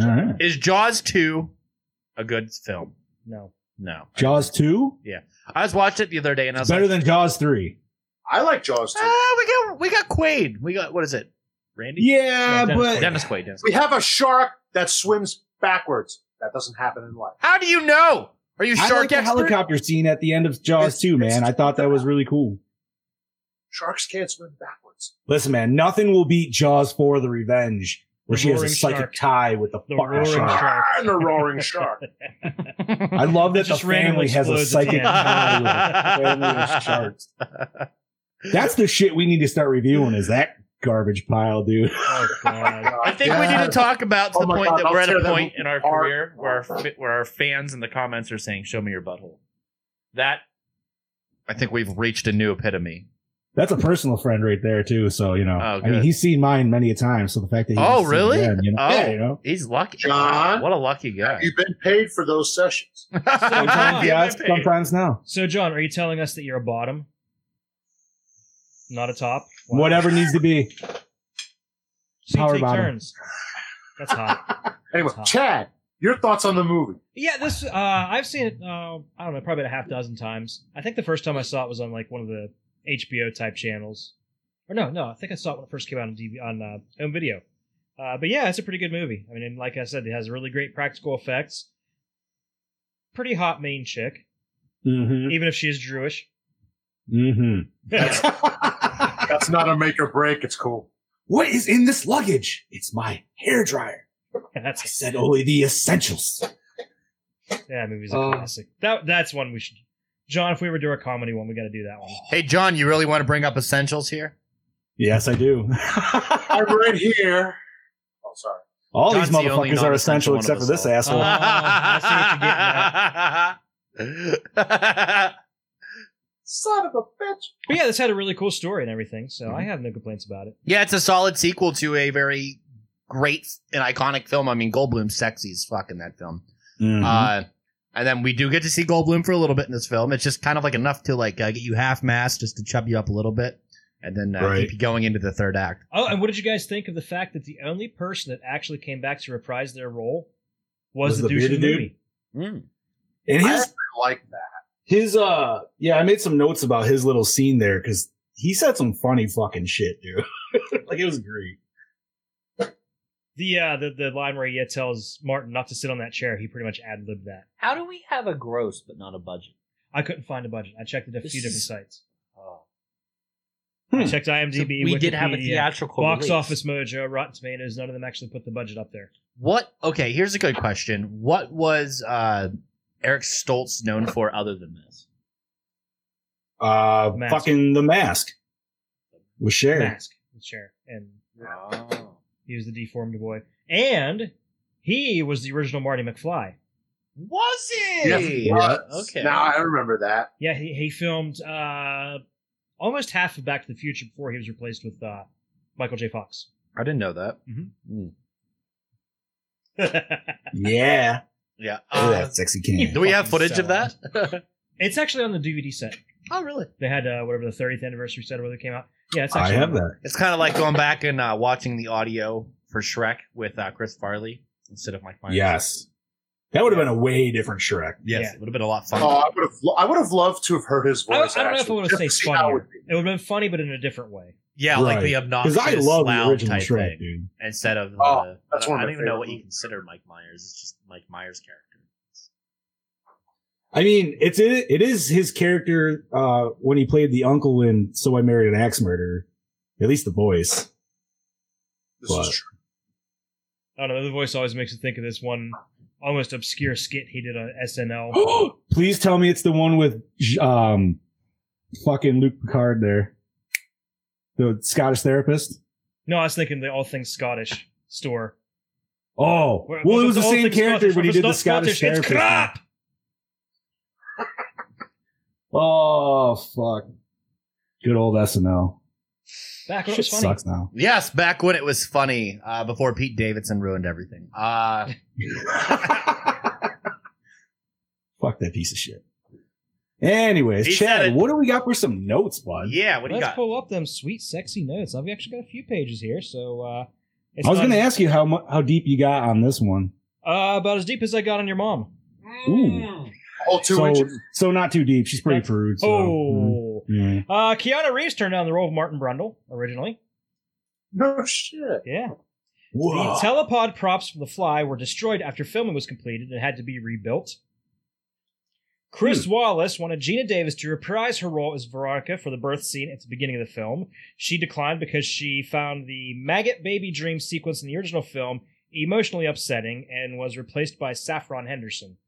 Speaker 6: All right.
Speaker 4: Is Jaws two a good film?
Speaker 5: No.
Speaker 4: No,
Speaker 6: Jaws two
Speaker 4: I just watched it the other day and I was
Speaker 6: better
Speaker 4: like,
Speaker 6: than Jaws three.
Speaker 7: I like Jaws too.
Speaker 4: ah, we got we got Quaid. We got what is it? Randy?
Speaker 6: Yeah,
Speaker 5: Dennis
Speaker 6: but
Speaker 4: Dennis Quaid. Dennis. Quaid.
Speaker 7: We have a shark that swims backwards. That doesn't happen in life.
Speaker 4: How do you know? Are you
Speaker 6: I like
Speaker 4: shark
Speaker 6: the
Speaker 4: expert?
Speaker 6: helicopter scene at the end of Jaws
Speaker 7: It's-
Speaker 6: two. Man,
Speaker 7: it's-
Speaker 6: I thought that was really cool.
Speaker 7: Sharks can't swim backwards.
Speaker 6: Listen, man, nothing will beat Jaws four: The Revenge, where
Speaker 5: The
Speaker 6: she has a
Speaker 5: roaring
Speaker 6: psychic
Speaker 5: shark.
Speaker 6: tie with the,
Speaker 5: The
Speaker 6: fucking
Speaker 5: roaring
Speaker 6: shark.
Speaker 5: shark.
Speaker 7: Ah, and a roaring shark.
Speaker 6: I love that
Speaker 5: It
Speaker 6: the
Speaker 5: just randomly
Speaker 6: family has a
Speaker 5: explodes at the
Speaker 6: psychic
Speaker 5: end.
Speaker 6: tie with a family of sharks. That's the shit we need to start reviewing. Is that garbage pile, dude?
Speaker 5: Oh, God.
Speaker 4: I think we need to talk about to
Speaker 7: Oh
Speaker 4: the
Speaker 7: my
Speaker 4: point
Speaker 7: God,
Speaker 4: that we're
Speaker 7: I'll
Speaker 4: at a
Speaker 7: tear that
Speaker 4: point in our
Speaker 7: apart.
Speaker 4: career where our, fi- where our fans in the comments are saying, "Show me your butthole." That I think we've reached a new epitome.
Speaker 6: That's a personal friend right there too. So you know,
Speaker 4: Oh,
Speaker 6: I mean,
Speaker 4: good.
Speaker 6: he's seen mine many a time. So the fact that he
Speaker 4: Oh,
Speaker 6: can see it
Speaker 4: really?
Speaker 6: again, you know,
Speaker 4: Oh.
Speaker 6: yeah, you know,
Speaker 4: He's lucky.
Speaker 7: John?
Speaker 4: Wow, what a lucky guy.
Speaker 7: You've been paid for those sessions.
Speaker 6: sometimes
Speaker 5: Sometimes
Speaker 6: yes, sometimes no.
Speaker 5: So, John, are you telling us that you're a bottom? Not a top? Wow.
Speaker 6: Whatever needs to be.
Speaker 5: So you
Speaker 6: Power
Speaker 5: take
Speaker 6: bottom.
Speaker 5: turns. That's hot.
Speaker 7: Anyway,
Speaker 5: Huh.
Speaker 7: Chad, your thoughts on the movie?
Speaker 5: yeah, this, uh, I've seen it, uh, I don't know, probably about a half dozen times. I think the first time I saw it was on like one of the HBO type channels. Or no, no, I think I saw it when it first came out on, DV, on uh, home video. Uh, but yeah, it's a pretty good movie. I mean, and like I said, it has really great practical effects. Pretty hot main chick,
Speaker 6: Mm-hmm.
Speaker 5: even if she is Jewish.
Speaker 6: Mm-hmm.
Speaker 7: That's not a make or break. It's cool.
Speaker 6: What is in this luggage? It's my hair dryer. I
Speaker 5: that's
Speaker 6: said only the essentials.
Speaker 5: yeah, that movie's a
Speaker 6: Uh,
Speaker 5: classic. That that's one we should. John, if we were to do a comedy one, we got to do that one.
Speaker 4: Hey, John, you really want to bring up essentials here?
Speaker 6: Yes, I do.
Speaker 7: I'm right here. Oh, sorry.
Speaker 6: All
Speaker 4: John's
Speaker 6: these
Speaker 4: the only
Speaker 6: motherfuckers are essential
Speaker 4: non-essential
Speaker 6: except for
Speaker 4: one of
Speaker 6: this
Speaker 4: us Uh,
Speaker 6: asshole.
Speaker 5: all.
Speaker 4: I
Speaker 5: I
Speaker 4: see what you're getting at.
Speaker 7: Son of a bitch.
Speaker 5: But yeah, this had a really cool story and everything, so I have no complaints about it.
Speaker 4: yeah, it's a solid sequel to a very great and iconic film. I mean, Goldblum's sexy as fuck in that film.
Speaker 6: Mhm.
Speaker 4: Uh, and then we do get to see Goldblum for a little bit in this film. It's just kind of like enough to like uh, get you half mass just to chub you up a little bit, and then uh,
Speaker 6: Right.
Speaker 4: keep you going into the third act.
Speaker 5: Oh, and what did you guys think of the fact that the only person that actually came back to reprise their role was,
Speaker 6: Was
Speaker 5: the,
Speaker 6: the
Speaker 5: douche in the
Speaker 6: bearded dude?
Speaker 5: movie?
Speaker 11: Hmm.
Speaker 6: and
Speaker 7: I
Speaker 6: his
Speaker 7: actually like that.
Speaker 6: His uh yeah, I made some notes about his little scene there because he said some funny fucking shit, dude. like it was great.
Speaker 5: The uh the, the line where he uh, tells Martin not to sit on that chair, he pretty much ad libbed that.
Speaker 11: How do we have a gross but not a budget?
Speaker 5: I couldn't find a budget. I checked at a
Speaker 11: This
Speaker 5: few different
Speaker 11: is-
Speaker 5: sites.
Speaker 11: Oh.
Speaker 6: Hmm.
Speaker 5: I checked
Speaker 11: So
Speaker 5: IMDb.
Speaker 11: we did have a
Speaker 5: Wikipedia,
Speaker 11: theatrical
Speaker 5: E box
Speaker 11: release.
Speaker 5: office mojo, Rotten Tomatoes. None of them actually put the budget up there.
Speaker 4: What? Okay, here's a good question. What was uh, Eric Stoltz known for other than this?
Speaker 6: Uh
Speaker 5: Mask.
Speaker 6: fucking the mask with Cher.
Speaker 5: Mask, the chair, and
Speaker 11: Oh.
Speaker 5: he was the deformed boy, and he was the original Marty McFly.
Speaker 4: Was
Speaker 7: Yes,
Speaker 4: it?
Speaker 7: it was.
Speaker 4: Okay.
Speaker 7: Now I remember that.
Speaker 5: Yeah, he, he filmed uh, almost half of Back to the Future before he was replaced with uh, Michael J. Fox.
Speaker 4: I didn't know that.
Speaker 6: Yeah.
Speaker 4: Yeah.
Speaker 6: Look at
Speaker 4: Uh,
Speaker 6: that sexy can.
Speaker 4: do we have
Speaker 5: Fucking
Speaker 4: footage of that?
Speaker 5: it's actually on the DVD set.
Speaker 4: oh, really?
Speaker 5: They had uh, whatever the 30th anniversary set or whether it came out. Yeah, it's
Speaker 6: I
Speaker 5: actually
Speaker 6: have that.
Speaker 4: It's kind of like going back and uh, watching the audio for Shrek with uh, Chris Farley instead of Mike Myers.
Speaker 6: Yes. That would have been a way different Shrek.
Speaker 4: Yes,
Speaker 5: Yeah.
Speaker 4: it would have been a lot
Speaker 7: Oh,
Speaker 4: fun.
Speaker 7: I would have. I would have loved to have heard his
Speaker 5: I,
Speaker 7: voice.
Speaker 5: I don't know if I
Speaker 7: actually,
Speaker 5: want to
Speaker 7: just
Speaker 5: say
Speaker 7: see how it
Speaker 5: funny.
Speaker 7: would be.
Speaker 5: It would have been funny, but in a different way.
Speaker 4: yeah, like
Speaker 6: Right.
Speaker 4: the
Speaker 6: Because
Speaker 4: obnoxious
Speaker 6: I love the
Speaker 4: loud
Speaker 6: original
Speaker 4: type
Speaker 6: Shrek,
Speaker 4: thing
Speaker 6: dude.
Speaker 4: instead of.
Speaker 7: Oh,
Speaker 4: uh,
Speaker 7: that's one
Speaker 4: I
Speaker 7: of my
Speaker 4: don't even know
Speaker 7: favorite
Speaker 4: what you
Speaker 7: movies.
Speaker 4: consider Mike Myers. It's just Mike Myers' character.
Speaker 6: I mean, it's it, it is his character uh when he played the uncle in So I Married an Axe Murderer. At least the voice.
Speaker 7: This is
Speaker 6: But-
Speaker 7: true.
Speaker 5: I don't know. The voice always makes me think of this one almost obscure skit he did on SNL.
Speaker 6: Please tell me it's the one with um fucking Luke Picard there. The Scottish therapist.
Speaker 5: No, I was thinking the All Things Scottish store.
Speaker 6: Oh,
Speaker 5: What-
Speaker 6: well,
Speaker 5: what
Speaker 6: it was the
Speaker 5: All
Speaker 6: same
Speaker 5: Things
Speaker 6: character,
Speaker 5: Scottish?
Speaker 6: but he
Speaker 5: If
Speaker 6: did the
Speaker 5: it's not
Speaker 6: Scottish
Speaker 5: Scottish,
Speaker 6: therapist.
Speaker 5: It's crap.
Speaker 6: Oh fuck! Good old SNL.
Speaker 5: Back when it
Speaker 6: Shit
Speaker 5: was funny.
Speaker 6: sucks now.
Speaker 4: Yes, back when it was funny, uh, before Pete Davidson ruined everything. Uh,
Speaker 6: Fuck that piece of shit. Anyways,
Speaker 4: He said it.
Speaker 6: Chad, what do we got for some notes, bud?
Speaker 4: yeah, what do you
Speaker 5: Let's
Speaker 4: got?
Speaker 5: pull up them sweet, sexy notes. I've actually got a few pages here, so uh, it's
Speaker 6: I was
Speaker 5: not-
Speaker 6: going to ask you how mu- how deep you got on this one.
Speaker 5: uh, about as deep as I got on your mom.
Speaker 6: Ooh,
Speaker 7: All Oh, two
Speaker 6: so
Speaker 7: inches.
Speaker 6: so not too deep. She's pretty prude. So.
Speaker 5: Oh,
Speaker 6: Mm. Yeah.
Speaker 5: uh, Keanu Reeves turned down the role of Martin Brundle originally.
Speaker 7: No shit.
Speaker 5: Yeah,
Speaker 6: Whoa.
Speaker 5: the telepod props from The Fly were destroyed after filming was completed and had to be rebuilt. Chris Wallace wanted Gina Davis to reprise her role as Veronica for the birth scene at the beginning of the film. She declined because she found the maggot baby dream sequence in the original film emotionally upsetting and was replaced by Saffron Henderson.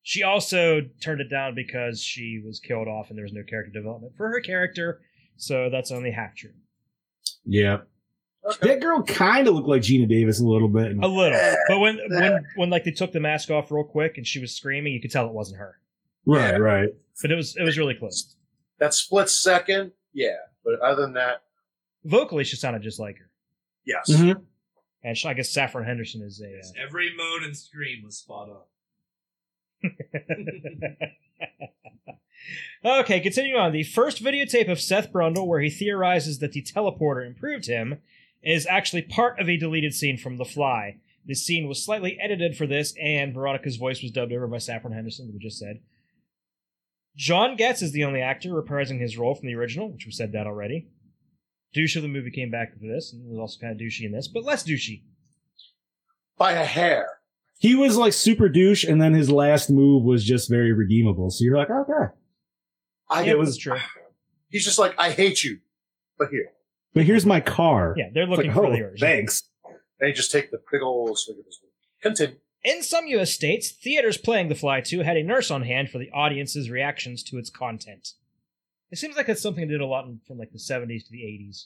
Speaker 5: She also turned it down because she was killed off and there was no character development for her character, so that's only half true.
Speaker 6: yeah. That girl kind of looked like Gina Davis a little bit.
Speaker 5: A little, but when when when like they took the mask off real quick and she was screaming, you could tell it wasn't her.
Speaker 6: right, right.
Speaker 5: But it was it was really close.
Speaker 7: That split second. Yeah, but other than that,
Speaker 5: Vocally, she sounded just like her,
Speaker 7: yes.
Speaker 6: Mhm.
Speaker 5: and she, I guess Saffron Henderson is a.
Speaker 11: Every moan and scream was spot on.
Speaker 5: Uh... okay, continuing on. The first videotape of Seth Brundle, where he theorizes that the teleporter improved him, is actually part of a deleted scene from The Fly. The scene was slightly edited for this, and Veronica's voice was dubbed over by Saffron Henderson, that we just said. John Getz is the only actor reprising his role from the original, which we said that already. Douche of the movie came back for this, and was also kind of douchey in this, but less douchey.
Speaker 7: By a hair.
Speaker 6: He was like super douche, and then his last move was just very redeemable. So you're like, okay.
Speaker 7: I.
Speaker 5: Yeah,
Speaker 6: it was-
Speaker 5: that's true.
Speaker 7: He's just like, I hate you, but here.
Speaker 6: But here's my car.
Speaker 5: Yeah, they're
Speaker 6: It's
Speaker 5: looking
Speaker 6: like,
Speaker 5: for
Speaker 6: oh,
Speaker 5: the original.
Speaker 6: Thanks.
Speaker 7: They just take the big old swig of his. Wing. Continue.
Speaker 5: In some U.S. states, theaters playing The Fly 2 had a nurse on hand for the audience's reactions to its content. It seems like that's something they did a lot in, from like the 70s to the 80s.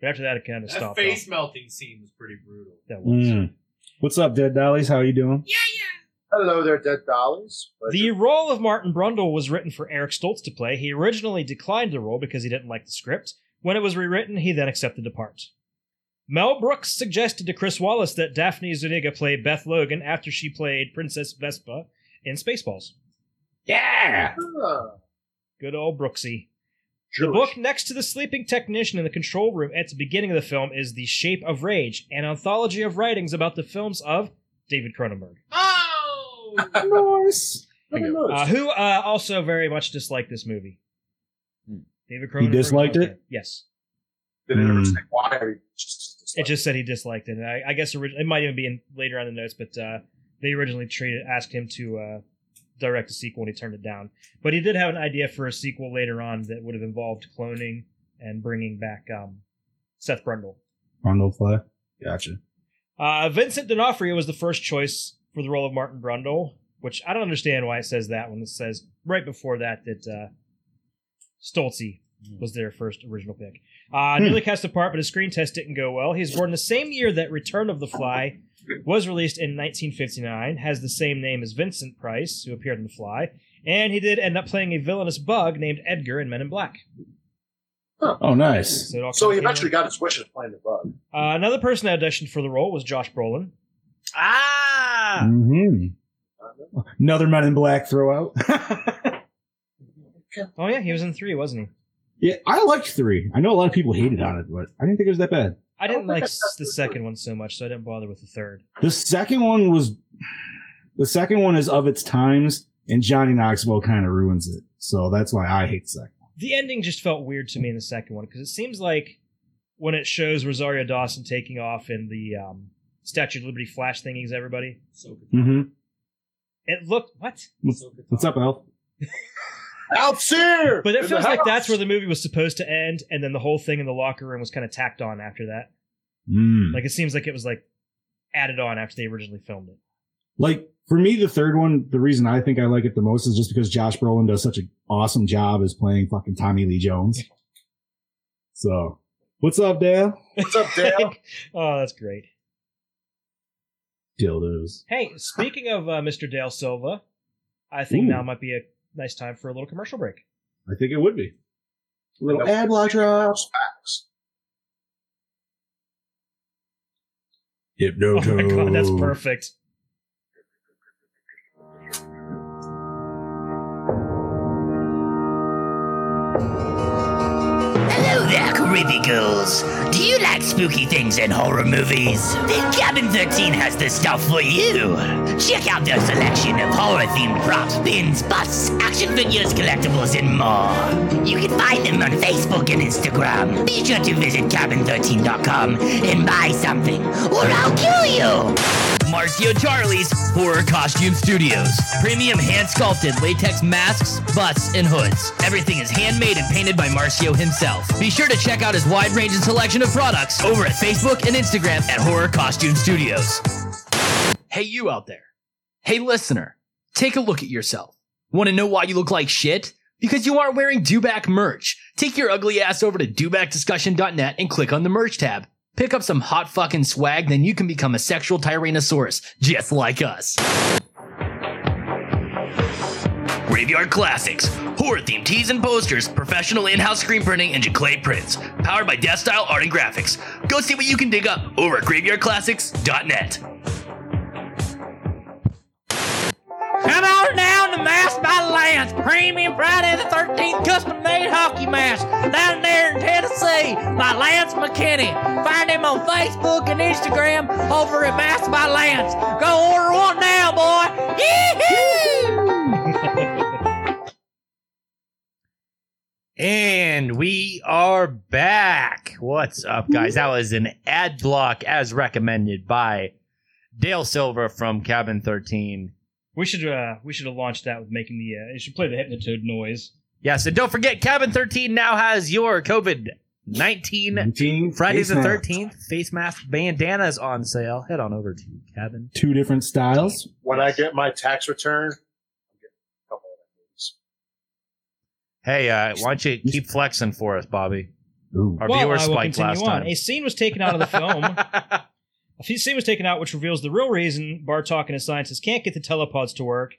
Speaker 5: But after that, it kind of
Speaker 11: That
Speaker 5: stopped.
Speaker 11: face
Speaker 5: off.
Speaker 11: melting scene was pretty brutal.
Speaker 5: That was.
Speaker 6: Mm. What's up, Dead Dollies? How you doing?
Speaker 7: Hello there, dead dollies. But
Speaker 5: The role of Martin Brundle was written for Eric Stoltz to play. He originally declined the role because he didn't like the script. When it was rewritten, he then accepted the part. Mel Brooks suggested to Chris Wallace that Daphne Zuniga play Beth Logan after she played Princess Vespa in Spaceballs.
Speaker 6: Yeah.
Speaker 7: Ah,
Speaker 5: Good old Brooksy. The
Speaker 7: Jewish.
Speaker 5: book next to the sleeping technician in the control room at the beginning of the film is The Shape of Rage, an anthology of writings about the films of David Cronenberg.
Speaker 11: Oh!
Speaker 6: Nice.
Speaker 7: Nobody knows.
Speaker 5: Uh, who uh, also very much disliked this movie. David Cronenberg.
Speaker 6: disliked it?
Speaker 5: Yes.
Speaker 7: Did it ever
Speaker 6: Mm.
Speaker 7: say why? Or just-
Speaker 5: It just said he disliked it. And I, I guess orig- it might even be in later on in the notes, but uh, they originally treated, asked him to uh, direct a sequel and he turned it down. But he did have an idea for a sequel later on that would have involved cloning and bringing back um, Seth Brundle.
Speaker 6: Rondo fly. Gotcha.
Speaker 5: Uh, Vincent D'Onofrio was the first choice for the role of Martin Brundle, which I don't understand why it says that when it says right before that that uh, Stoltze
Speaker 7: Hmm.
Speaker 5: was their first original pick. Uh, Newly cast apart, but his screen test didn't go well. He's born the same year that Return of the Fly was released in 1959, has the same name as Vincent Price, who appeared in The Fly, and he did end up playing a villainous bug named Edgar in Men in Black.
Speaker 6: Oh, nice.
Speaker 5: it all
Speaker 7: So
Speaker 5: kinda
Speaker 7: he
Speaker 5: came
Speaker 7: eventually
Speaker 5: out.
Speaker 7: got his wish of playing the bug.
Speaker 5: Uh, another person that auditioned for the role was Josh Brolin.
Speaker 4: Ah!
Speaker 6: hmm Another Men in Black throwout.
Speaker 5: Oh yeah, he was in three, wasn't he?
Speaker 6: yeah, I liked three. I know a lot of people hated on it, but I didn't think it was that bad.
Speaker 5: I didn't
Speaker 7: think
Speaker 5: like
Speaker 7: that's
Speaker 5: s- the second one so much, so I didn't bother with the third.
Speaker 6: The second one was the second one is of its times, and Johnny Knoxville kind of ruins it. So that's why I hate the second.
Speaker 5: The ending just felt weird to me in the second one because it seems like when it shows Rosario Dawson taking off in the um, Statue of Liberty flash thingies, everybody,
Speaker 11: So good.
Speaker 6: Mm-hmm.
Speaker 5: it looked what?
Speaker 6: What's up, Al?
Speaker 7: Alf's here!
Speaker 5: But it
Speaker 7: In
Speaker 5: feels
Speaker 7: the
Speaker 5: like that's
Speaker 7: house!
Speaker 5: where the movie was supposed to end, and then the whole thing in the locker room was kind of tacked on after that.
Speaker 6: Mm.
Speaker 5: Like it seems like it was like added on after they originally filmed it.
Speaker 6: Like for me, the third one, the reason I think I like it the most is just because Josh Brolin does such an awesome job as playing fucking Tommy Lee Jones. So, what's up, Dale?
Speaker 7: What's up, Dale?
Speaker 5: oh, that's great.
Speaker 6: Dildos.
Speaker 5: Hey, speaking of uh, Mr. Dale Silva, I think
Speaker 6: Ooh.
Speaker 5: now might be a nice time for a little commercial break.
Speaker 6: I think it would be. Little
Speaker 7: Nope.
Speaker 6: ad block drops.
Speaker 7: Facts.
Speaker 5: Oh
Speaker 6: Hypnotoad.
Speaker 5: Oh my god, that's perfect.
Speaker 12: Hello there, creepy ghouls. Do you like spooky things and horror movies? Then Cabin 13 has the stuff for you. Check out their selection of horror-themed props, pins, busts, action figures, collectibles, and more. You can find them on Facebook and Instagram. Be sure to visit cabin13.com and buy something, or I'll kill you. Marcio Charlie's Horror Costume Studios. Premium hand sculpted latex masks, busts, and hoods. Everything is handmade and painted by Marcio himself. Be sure to check out his wide range and selection of products over at Facebook and Instagram at Horror Costume Studios. Hey, you out there. Hey, listener. Take a look at yourself. Want to know why you look like shit? Because you aren't wearing Dewback merch. Take your ugly ass over to dewbackdiscussion.net and click on the merch tab. Pick up some hot fucking swag, then you can become a sexual tyrannosaurus, just like us. Graveyard Classics. Horror themed tees and posters, professional in house screen printing, and Jaclay prints. Powered by Death Style Art and Graphics. Go see what you can dig up over at graveyardclassics.net. Come on down to Mass by Lance. Premium Friday the 13th custom made hockey mask down there in Tennessee by Lance McKinney. Find him on Facebook and Instagram over at Mass by Lance. Go order one now, boy. Yee-hoo!
Speaker 4: And we are back. What's up, guys? That was an ad block as recommended by Dale Silver from Cabin 13.
Speaker 5: We should uh we should have launched that with making the uh, it should play the hypnotoad noise.
Speaker 4: Yes, and don't forget, Cabin 13 now has your COVID 19
Speaker 6: Nineteen
Speaker 4: Friday the
Speaker 6: face masks.
Speaker 4: 13th face mask bandanas on sale. Head on over to Cabin.
Speaker 6: Two different styles.
Speaker 7: When I get my tax return, I'm getting a couple of
Speaker 4: Hey, uh, why don't you keep flexing for us, Bobby? Our
Speaker 5: Well,
Speaker 4: viewer
Speaker 5: I will
Speaker 4: spiked
Speaker 5: continue
Speaker 4: last
Speaker 5: on.
Speaker 4: time.
Speaker 5: A scene was taken out of the film. a few- scene was taken out, which reveals the real reason Bartok and his scientists can't get the telepods to work,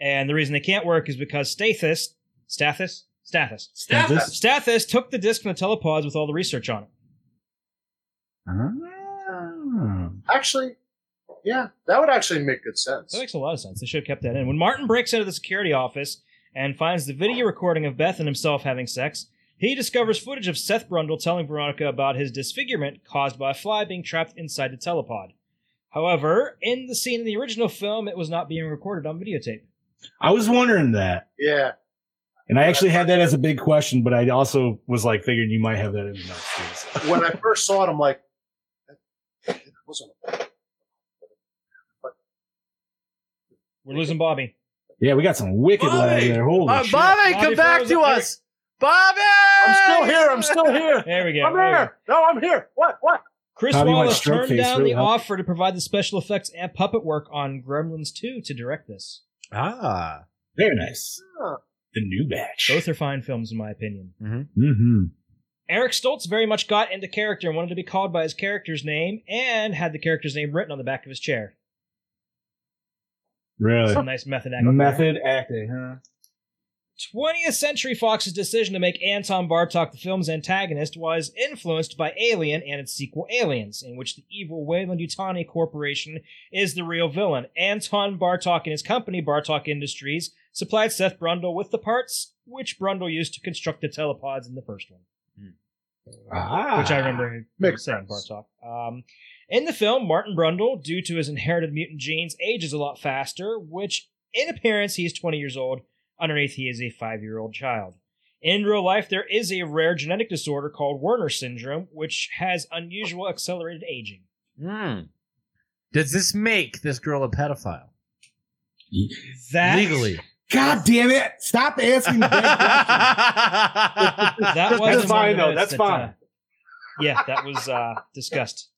Speaker 5: and the reason they can't work is because Stathis, Stathis, Stathis,
Speaker 6: Stathis?
Speaker 5: Stathis took the disc from the telepods with all the research on it.
Speaker 6: Ah.
Speaker 7: Actually, yeah, that would actually make good sense.
Speaker 5: That makes a lot of sense. They should have kept that in. When Martin breaks into the security office and finds the video recording of Beth and himself having sex, he discovers footage of Seth Brundle telling Veronica about his disfigurement caused by a fly being trapped inside the telepod. However, in the scene in the original film, it was not being recorded on videotape.
Speaker 6: I was wondering that,
Speaker 7: Yeah.
Speaker 6: and I actually had that as a big question, but I also was like, figured you might have that in the notes. too, so.
Speaker 7: When I first saw it, I'm like, that that wasn't
Speaker 5: We're losing Bobby.
Speaker 6: Yeah, we got some wicked lag there. Holy
Speaker 4: Uh,
Speaker 6: shit!
Speaker 4: Bobby, come
Speaker 5: Bobby
Speaker 4: back
Speaker 5: froze
Speaker 4: to
Speaker 5: up there.
Speaker 4: us. Bobby!
Speaker 7: I'm still here. I'm still here.
Speaker 5: There we go.
Speaker 7: I'm
Speaker 5: there we go.
Speaker 7: here. No, I'm here. What? What?
Speaker 5: Chris
Speaker 6: Tommy went
Speaker 5: Wallace
Speaker 6: stroke
Speaker 5: turned
Speaker 6: face,
Speaker 5: down
Speaker 6: really,
Speaker 5: the
Speaker 6: huh?
Speaker 5: offer to provide the special effects and puppet work on Gremlins 2 to direct this.
Speaker 4: Ah.
Speaker 6: Very nice.
Speaker 7: Huh.
Speaker 6: The new batch.
Speaker 5: Both are fine films, in my opinion.
Speaker 6: Mm-hmm.
Speaker 5: Eric Stoltz very much got into character and wanted to be called by his character's name and had the character's name written on the back of his chair.
Speaker 6: Really?
Speaker 5: Some nice method acting.
Speaker 6: Uh, Method acting, huh?
Speaker 5: 20th Century Fox's decision to make Anton Bartok the film's antagonist was influenced by Alien and its sequel Aliens, in which the evil Wayland Yutani Corporation is the real villain. Anton Bartok and his company, Bartok Industries, supplied Seth Brundle with the parts which Brundle used to construct the telepods in the first one.
Speaker 6: Ah.
Speaker 5: which I remember him
Speaker 7: Makes
Speaker 5: saying
Speaker 7: sense.
Speaker 5: Bartok. Um, in the film, Martin Brundle, due to his inherited mutant genes, ages a lot faster, which in appearance he is 20 years old. Underneath, he is a five year old child. In real life, there is a rare genetic disorder called Werner syndrome, which has unusual accelerated aging.
Speaker 4: Hmm. Does this make this girl a pedophile?
Speaker 5: That,
Speaker 4: Legally.
Speaker 6: God damn it! Stop asking that
Speaker 4: That's
Speaker 5: that was
Speaker 6: That's fine, though. That's fine.
Speaker 5: yeah, that was uh, discussed.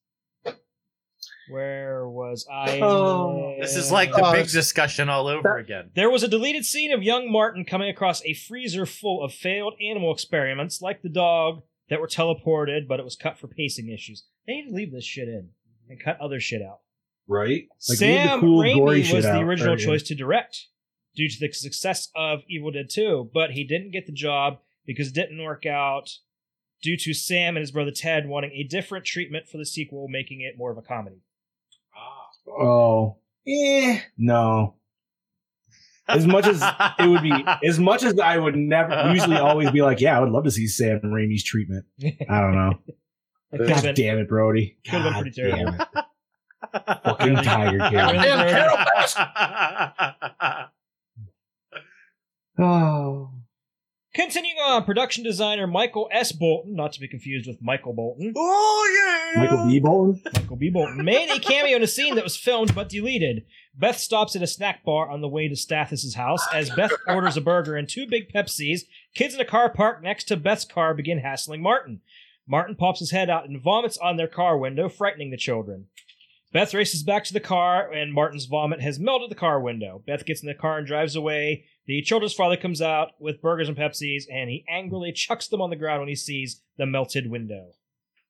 Speaker 5: Where was I?
Speaker 7: Oh,
Speaker 4: This is like the
Speaker 7: Oh,
Speaker 4: big
Speaker 7: it's-
Speaker 4: discussion all over again.
Speaker 5: There was a deleted scene of young Martin coming across a freezer full of failed animal experiments, like the dog that were teleported, but it was cut for pacing issues. They need to leave this shit in and cut other shit out.
Speaker 6: Right? Like, leave the
Speaker 5: Sam
Speaker 6: cool, gory
Speaker 5: Raimi
Speaker 6: shit
Speaker 5: was the
Speaker 6: out,
Speaker 5: original
Speaker 6: right?
Speaker 5: choice to direct due to the success of Evil Dead 2, but he didn't get the job because it didn't work out due to Sam and his brother Ted wanting a different treatment for the sequel, making it more of a comedy.
Speaker 6: Oh. Eh. No. As much as it would be, as much as I would never, usually always be like, yeah, I would love to see Sam Raimi's treatment. I don't know.
Speaker 5: Could've
Speaker 6: God
Speaker 5: been-
Speaker 6: damn it, Brody.
Speaker 5: could've been
Speaker 6: God
Speaker 5: pretty terrible.
Speaker 6: damn it. Fucking tiger kid.
Speaker 5: Really, Brody?
Speaker 6: Oh.
Speaker 5: Continuing on, production designer Michael S. Bolton, not to be confused with Michael Bolton,
Speaker 4: oh yeah.
Speaker 6: Michael B. Bolton?
Speaker 5: Michael B. Bolton, made a cameo in a scene that was filmed but deleted. Beth stops at a snack bar on the way to Stathis' house as Beth orders a burger and two big Pepsis. Kids in a car parked next to Beth's car begin hassling Martin. Martin pops his head out and vomits on their car window, frightening the children. Beth races back to the car, and Martin's vomit has melted the car window. Beth gets in the car and drives away. The children's father comes out with burgers and Pepsis, and he angrily chucks them on the ground when he sees the melted window.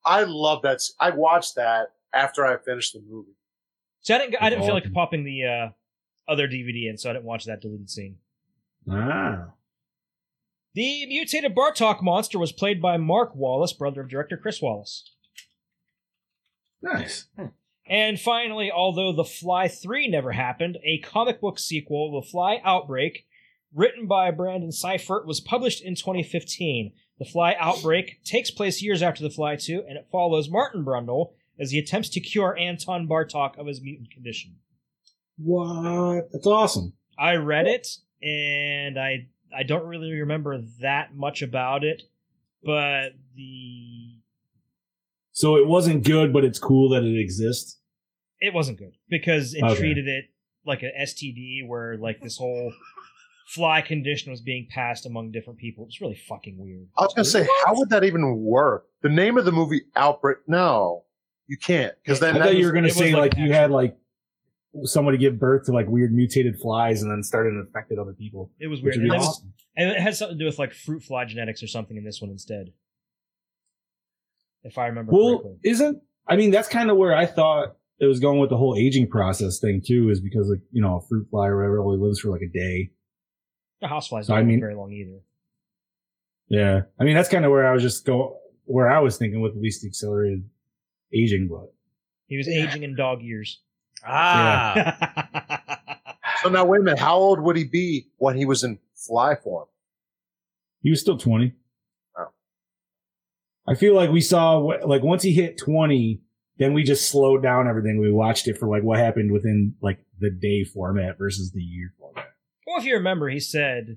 Speaker 7: I love that. s- I watched that after I finished the movie.
Speaker 5: So I didn't, I didn't feel like
Speaker 6: Awesome.
Speaker 5: popping the uh, other DVD in, so I didn't watch that deleted scene.
Speaker 6: Ah.
Speaker 5: The mutated Bartok monster was played by Mark Wallace, brother of director Chris Wallace.
Speaker 6: Nice.
Speaker 5: And finally, although The Fly 3 never happened, a comic book sequel, The Fly Outbreak, written by Brandon Seifert, was published in 2015. The Fly Outbreak takes place years after The Fly 2, and it follows Martin Brundle as he attempts to cure Anton Bartok of his mutant condition.
Speaker 6: What? That's awesome.
Speaker 5: I read it, and I I don't really remember that much about it, but the
Speaker 6: So it wasn't good, but it's cool that it exists.
Speaker 5: it wasn't good because it
Speaker 6: Okay.
Speaker 5: treated it like an STD where like this whole fly condition was being passed among different people. It's really fucking weird.
Speaker 7: I was going to say, how would that even work? The name of the movie, Outbreak. No, you can't. Because
Speaker 6: I
Speaker 7: then
Speaker 6: thought
Speaker 7: that
Speaker 6: you
Speaker 7: was-
Speaker 6: were going
Speaker 5: it
Speaker 6: to
Speaker 5: was
Speaker 6: say
Speaker 5: like
Speaker 6: like, you had like somebody give birth to like weird mutated flies and then started and affected other people.
Speaker 5: It was
Speaker 6: Which
Speaker 5: weird.
Speaker 6: would be
Speaker 5: And, that was-
Speaker 6: awesome.
Speaker 5: and it had something to do with like fruit fly genetics or something in this one instead. if I remember correctly.
Speaker 6: Well, isn't I mean that's kind of where I thought it was going with the whole aging process thing too, is because like you know a fruit fly or whatever only lives for like a day.
Speaker 5: The houseflies
Speaker 6: So,
Speaker 5: don't
Speaker 6: I
Speaker 5: live
Speaker 6: mean-
Speaker 5: very long either.
Speaker 6: Yeah, I mean that's kind of where I was just going, where I was thinking with at least the accelerated aging, but
Speaker 5: He was aging in dog years.
Speaker 4: Ah.
Speaker 7: So now, wait a minute. How old would he be when he was in fly form?
Speaker 6: he was still twenty.
Speaker 7: Oh.
Speaker 6: I feel like we saw wh- like once he hit twenty, then we just slowed down everything. We watched it for like what happened within like the day format versus the year format.
Speaker 5: Well, if you remember, he said,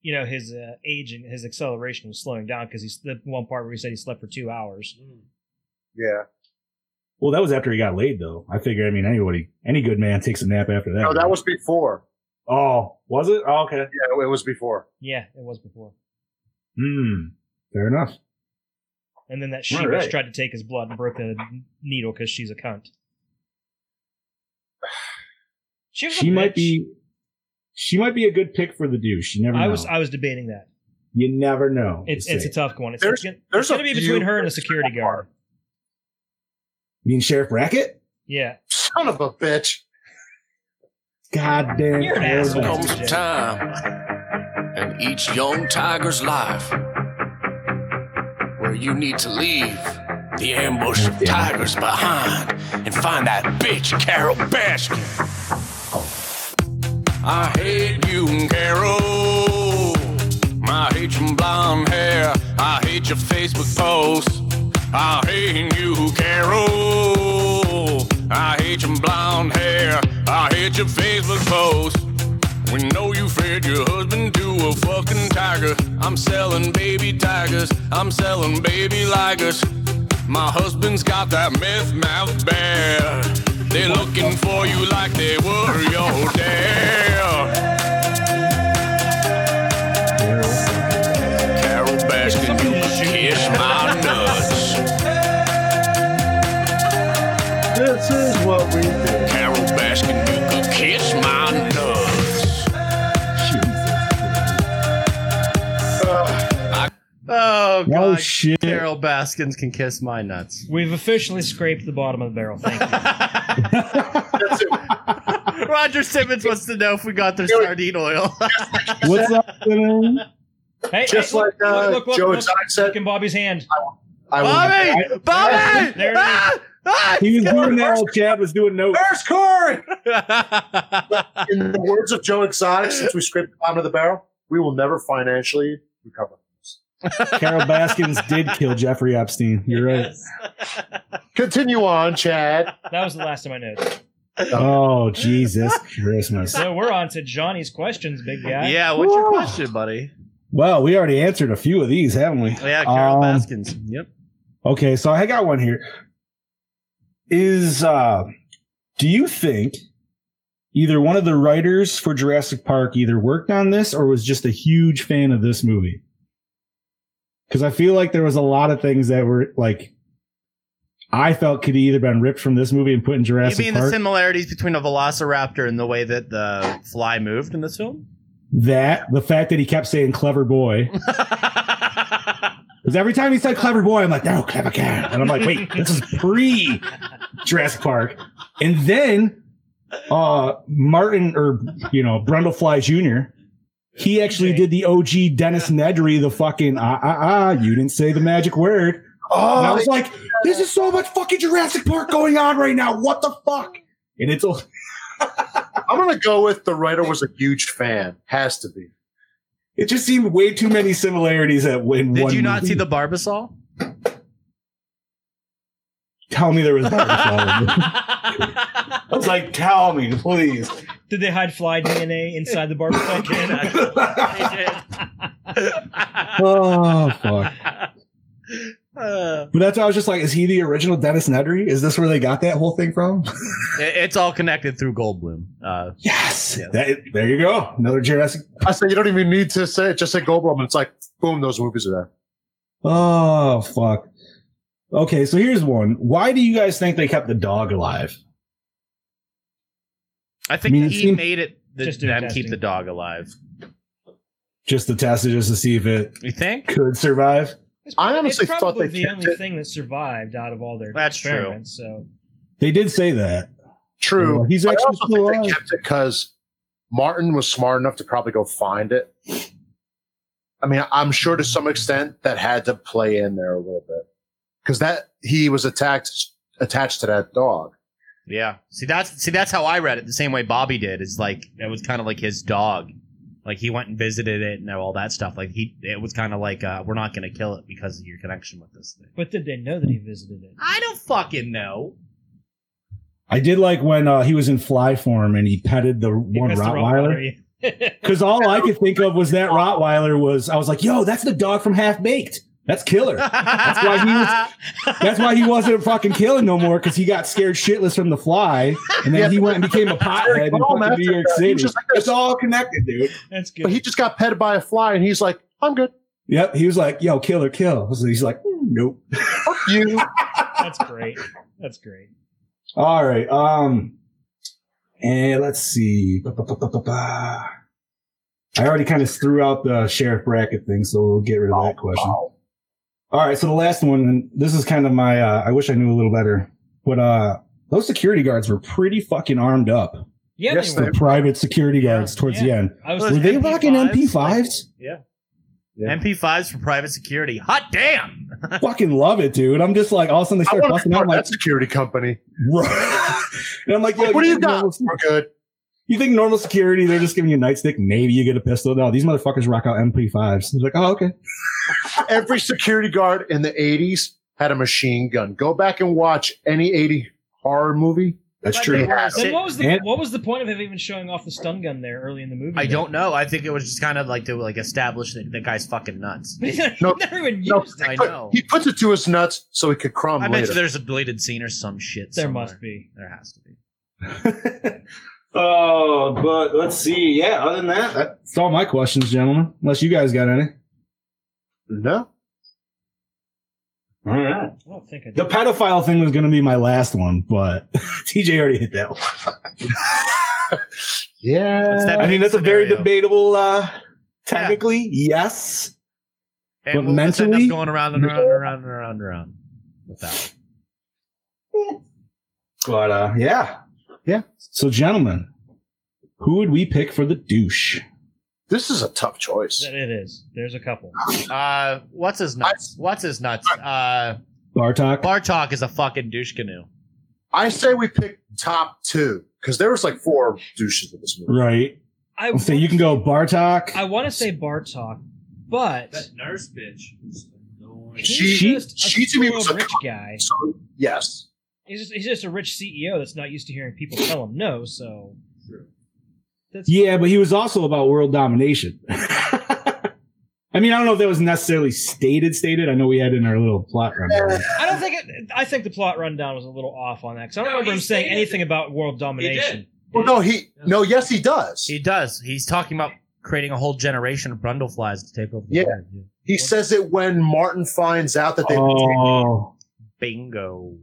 Speaker 5: you know, his uh, age and his acceleration was slowing down because he's the one part where he said he slept for two hours.
Speaker 7: Mm. Yeah.
Speaker 6: Well, that was after he got laid though. I figure I mean anybody any good man takes a nap after that.
Speaker 7: No, that
Speaker 6: right?
Speaker 7: was before.
Speaker 6: Oh, was it? Oh, okay.
Speaker 7: Yeah, it was before.
Speaker 5: Yeah, it was before.
Speaker 6: Hmm. Fair enough.
Speaker 5: And then that she
Speaker 6: All
Speaker 5: bitch
Speaker 6: right.
Speaker 5: tried to take his blood and broke the needle because she's a cunt. She was. a
Speaker 6: She might
Speaker 5: bitch.
Speaker 6: be. She might be a good pick for the douche. You never know.
Speaker 5: I was. I was debating that.
Speaker 6: you never know.
Speaker 5: It's
Speaker 6: Just
Speaker 5: it's a
Speaker 6: saying.
Speaker 5: tough one. It's,
Speaker 7: There's-
Speaker 5: it's gonna,
Speaker 7: there's
Speaker 5: it's gonna
Speaker 7: a
Speaker 5: be
Speaker 7: few-
Speaker 5: between her and a security guard.
Speaker 6: you mean Sheriff Brackett?
Speaker 5: Yeah.
Speaker 7: Son of a bitch.
Speaker 6: God damn.
Speaker 5: You're an asshole.
Speaker 6: Arizona.
Speaker 13: comes time in each young tiger's life where you need to leave the ambush of tigers behind and find that bitch Carol Baskin. I hate you, Carol. I hate your blonde hair. I hate your Facebook posts. I hate you, Carol. I hate your blonde hair. I hate your Facebook posts. We know you fed your husband to a fucking tiger. I'm selling baby tigers. I'm selling baby ligers. My husband's got that meth mouth bear. They're looking for you like they were your dad. Carol Baskin, you kiss my nuts.
Speaker 7: This is what we do.
Speaker 13: Carol Baskin, you could kiss my nuts.
Speaker 4: Oh, God.
Speaker 6: Oh, shit.
Speaker 4: Carol Baskins can kiss my nuts.
Speaker 5: We've officially scraped the bottom of the barrel. Thank you.
Speaker 4: Roger Simmons wants to know if we got their sardine oil.
Speaker 6: What's up, man?
Speaker 5: Hey,
Speaker 7: Just
Speaker 5: hey,
Speaker 7: like
Speaker 5: look,
Speaker 7: uh,
Speaker 5: look, look,
Speaker 7: Joe
Speaker 5: look,
Speaker 7: Exotic said,
Speaker 5: look in Bobby's hand.
Speaker 7: I will.
Speaker 4: Bobby! Bobby!
Speaker 5: There it is.
Speaker 4: Ah! Ah!
Speaker 6: He was doing that while Chad was doing notes.
Speaker 7: Where's Corey?
Speaker 4: Ah!
Speaker 7: In the words of Joe Exotic, since we scraped the bottom of the barrel, we will never financially recover.
Speaker 6: Carol Baskins did kill Jeffrey Epstein. You're right.
Speaker 7: Continue on, Chad.
Speaker 5: That was the last of my notes.
Speaker 6: Oh, Jesus Christmas.
Speaker 5: So we're on to Johnny's questions, big guy.
Speaker 4: Yeah, what's your
Speaker 6: Woo.
Speaker 4: question, buddy?
Speaker 6: Well, we already answered a few of these, haven't we?
Speaker 4: Oh, Yeah, Carol
Speaker 6: Um,
Speaker 4: Baskins. Yep.
Speaker 6: Okay, so I got one here. Is uh do you think either one of the writers for Jurassic Park either worked on this or was just a huge fan of this movie? Cuz I feel like there was a lot of things that were like I felt could either been ripped from this movie and put in
Speaker 4: You
Speaker 6: Jurassic
Speaker 4: mean the
Speaker 6: Park.
Speaker 4: similarities between a velociraptor and the way that the fly moved in this film?
Speaker 6: that the fact that he kept saying clever boy. Because every time he said clever boy, I'm like, no, clever cat. And I'm like, wait, this is pre Jurassic Park. And then uh Martin or you know, Brundlefly Jr. He actually did the OG Dennis Nedry, the fucking ah ah ah, you didn't say the magic word.
Speaker 7: Oh,
Speaker 6: And I was like, this is so much fucking Jurassic Park going on right now. What the fuck? And it's all
Speaker 7: I'm going to go with the writer was a huge fan. Has to be.
Speaker 6: it just seemed way too many similarities at when
Speaker 4: Did you not see the Barbasol?
Speaker 6: tell me there was Barbasol. I was like, tell me, please.
Speaker 5: Did they hide fly DNA inside the barbecue can?
Speaker 6: oh fuck.
Speaker 4: Uh,
Speaker 6: But that's why I was just like, is he the original Dennis Nedry? Is this where they got that whole thing from?
Speaker 4: it- it's all connected through Goldblum. Uh,
Speaker 6: yes.
Speaker 4: Yeah.
Speaker 6: That, there you go. Another Jurassic.
Speaker 7: I said, you don't even need to say it. Just say Goldblum. And it's like, boom, those movies are there.
Speaker 6: Oh fuck. Okay, so here's one. Why do you guys think they kept the dog alive?
Speaker 4: I think
Speaker 6: I mean, it
Speaker 4: he
Speaker 6: seemed-
Speaker 4: made it the,
Speaker 5: Just doing
Speaker 4: them
Speaker 5: testing.
Speaker 4: keep the dog alive.
Speaker 6: Just to test it, just to see if it
Speaker 4: You think?
Speaker 6: could survive.
Speaker 5: It's
Speaker 7: I
Speaker 5: prob-
Speaker 7: honestly
Speaker 5: it's
Speaker 7: thought
Speaker 5: probably
Speaker 7: they
Speaker 5: the
Speaker 7: kept
Speaker 5: only
Speaker 7: it-
Speaker 5: thing that survived out of all their
Speaker 4: That's true.
Speaker 5: experiments. So
Speaker 6: They did say that.
Speaker 7: True.
Speaker 6: Yeah, he's
Speaker 7: I
Speaker 6: actually
Speaker 7: also think they kept it because Martin was smart enough to probably go find it. I mean, I'm sure to some extent that had to play in there a little bit because that he was attacked attached to that dog.
Speaker 4: Yeah. See that's see that's how I read it the same way Bobby did. It's like it was kind of like his dog. Like he went and visited it and all that stuff. Like he it was kind of like uh, we're not going to kill it because of your connection with this thing.
Speaker 5: But did they know that he visited it?
Speaker 4: I don't fucking know.
Speaker 6: I did like when uh, he was in fly form and he petted the one
Speaker 5: That's the
Speaker 6: Rottweiler.
Speaker 5: Rottweiler,
Speaker 6: Because all I could think of was that Rottweiler was. I was like, "Yo, that's the dog from Half Baked. That's killer. That's why he was. That's why he wasn't fucking killing no more. Because he got scared shitless from the fly, and then he went and became a pothead in
Speaker 7: Oh, man,
Speaker 6: fucking New York
Speaker 7: he was
Speaker 6: City.
Speaker 7: just like this.
Speaker 6: It's all connected, dude.
Speaker 5: That's good.
Speaker 7: But he just got petted by a fly and he's like, I'm good.
Speaker 6: Yep, he was like, "Yo, killer, kill." So he's like, "Hmm, "Nope."
Speaker 7: Fuck you.
Speaker 5: That's great. That's great.
Speaker 6: All right. Um, and let's see. Ba, ba, ba, ba, ba, ba. I already kind of threw out the sheriff bracket thing, so we'll get rid of that question. All right. So the last one, and this is kind of my. Uh, I wish I knew a little better, but uh, those security guards were pretty fucking armed up.
Speaker 5: Yeah,
Speaker 7: Yes,
Speaker 5: they
Speaker 6: The
Speaker 5: were.
Speaker 6: private security guards towards the
Speaker 5: yeah.
Speaker 6: end.
Speaker 5: I was
Speaker 6: Were they
Speaker 4: MP5s?
Speaker 6: rocking MP5s?
Speaker 4: Yeah.
Speaker 6: Yeah.
Speaker 4: MP5s for private security. Hot damn.
Speaker 6: fucking love it, dude. I'm just like, all of a sudden they
Speaker 7: I
Speaker 6: start
Speaker 7: want to
Speaker 6: busting out.
Speaker 7: start
Speaker 6: I'm like,
Speaker 7: that security company.
Speaker 6: and I'm like, yo,
Speaker 7: Like, what do you
Speaker 6: think
Speaker 7: got?
Speaker 6: normal-
Speaker 7: We're good.
Speaker 6: You think normal security, they're just giving you a nightstick. Maybe you get a pistol. No, these motherfuckers rock out MP5s. They're like, oh, okay.
Speaker 7: Every security guard in the 80s had a machine gun. Go back and watch any 80 horror movie.
Speaker 6: That's
Speaker 4: But
Speaker 6: true.
Speaker 4: they were-
Speaker 5: Then what was the
Speaker 6: And-
Speaker 5: what was the point of him even showing off the stun gun there early in the movie?
Speaker 4: I
Speaker 5: though?
Speaker 4: don't know. I think it was just kind of like to like establish that the guy's fucking nuts.
Speaker 5: But he's not- he
Speaker 7: No,
Speaker 5: never even
Speaker 7: no.
Speaker 5: used it.
Speaker 4: I
Speaker 7: But
Speaker 4: know.
Speaker 7: He puts it to his nuts so he could crumb
Speaker 4: I bet
Speaker 7: later.
Speaker 4: you there's a deleted scene or some shit.
Speaker 5: There
Speaker 4: somewhere.
Speaker 5: must be.
Speaker 4: There has to be.
Speaker 6: Oh, but let's see. Yeah, other than that, that's all my questions, gentlemen. Unless you guys got any.
Speaker 7: no.
Speaker 6: All right.
Speaker 5: I don't think I did.
Speaker 6: The pedophile thing was going to be my last one, but TJ already hit that one.
Speaker 7: Yeah.
Speaker 4: What's that
Speaker 6: I mean, that's a very
Speaker 4: scenario?
Speaker 6: debatable. uh Technically, yes.
Speaker 4: And
Speaker 6: But
Speaker 4: we'll just end up
Speaker 6: mentally-
Speaker 4: going around and around and around and around and around with that. one.
Speaker 6: But uh, yeah, yeah. So, gentlemen, who would we pick for the douche?
Speaker 7: This is a tough choice.
Speaker 5: That it is. There's a couple.
Speaker 4: Uh, what's his nuts? What's his nuts? Uh,
Speaker 6: Bartok.
Speaker 4: Bartok is a fucking douche canoe.
Speaker 7: I say we pick top two because there was like four douches in this movie.
Speaker 6: right.
Speaker 5: I
Speaker 6: I'll say you can go Bartok.
Speaker 5: I want to say Bartok, but
Speaker 4: nurse bitch.
Speaker 5: he's
Speaker 7: She-
Speaker 5: just a
Speaker 7: she to me was
Speaker 5: spoiled
Speaker 7: a
Speaker 5: rich guy.
Speaker 7: So yes,
Speaker 5: He's just, he's just a rich CEO that's not used to hearing people tell him no. So that's
Speaker 6: yeah, but he was also about world domination. I mean, I don't know if that was necessarily stated. Stated. I know we had it in our little plot rundown.
Speaker 5: I don't think it, I think the plot rundown was a little off on that because I don't
Speaker 11: No,
Speaker 5: remember
Speaker 11: he
Speaker 5: him saying
Speaker 11: stated
Speaker 5: anything about world domination.
Speaker 7: well, no, he no, yes, he does.
Speaker 4: He
Speaker 7: He,
Speaker 4: does. He's talking about creating a whole generation of brundleflies to take over. The
Speaker 7: Yeah.
Speaker 4: world. yeah.
Speaker 7: says it when Martin finds out that they.
Speaker 6: Oh,
Speaker 4: Bingo.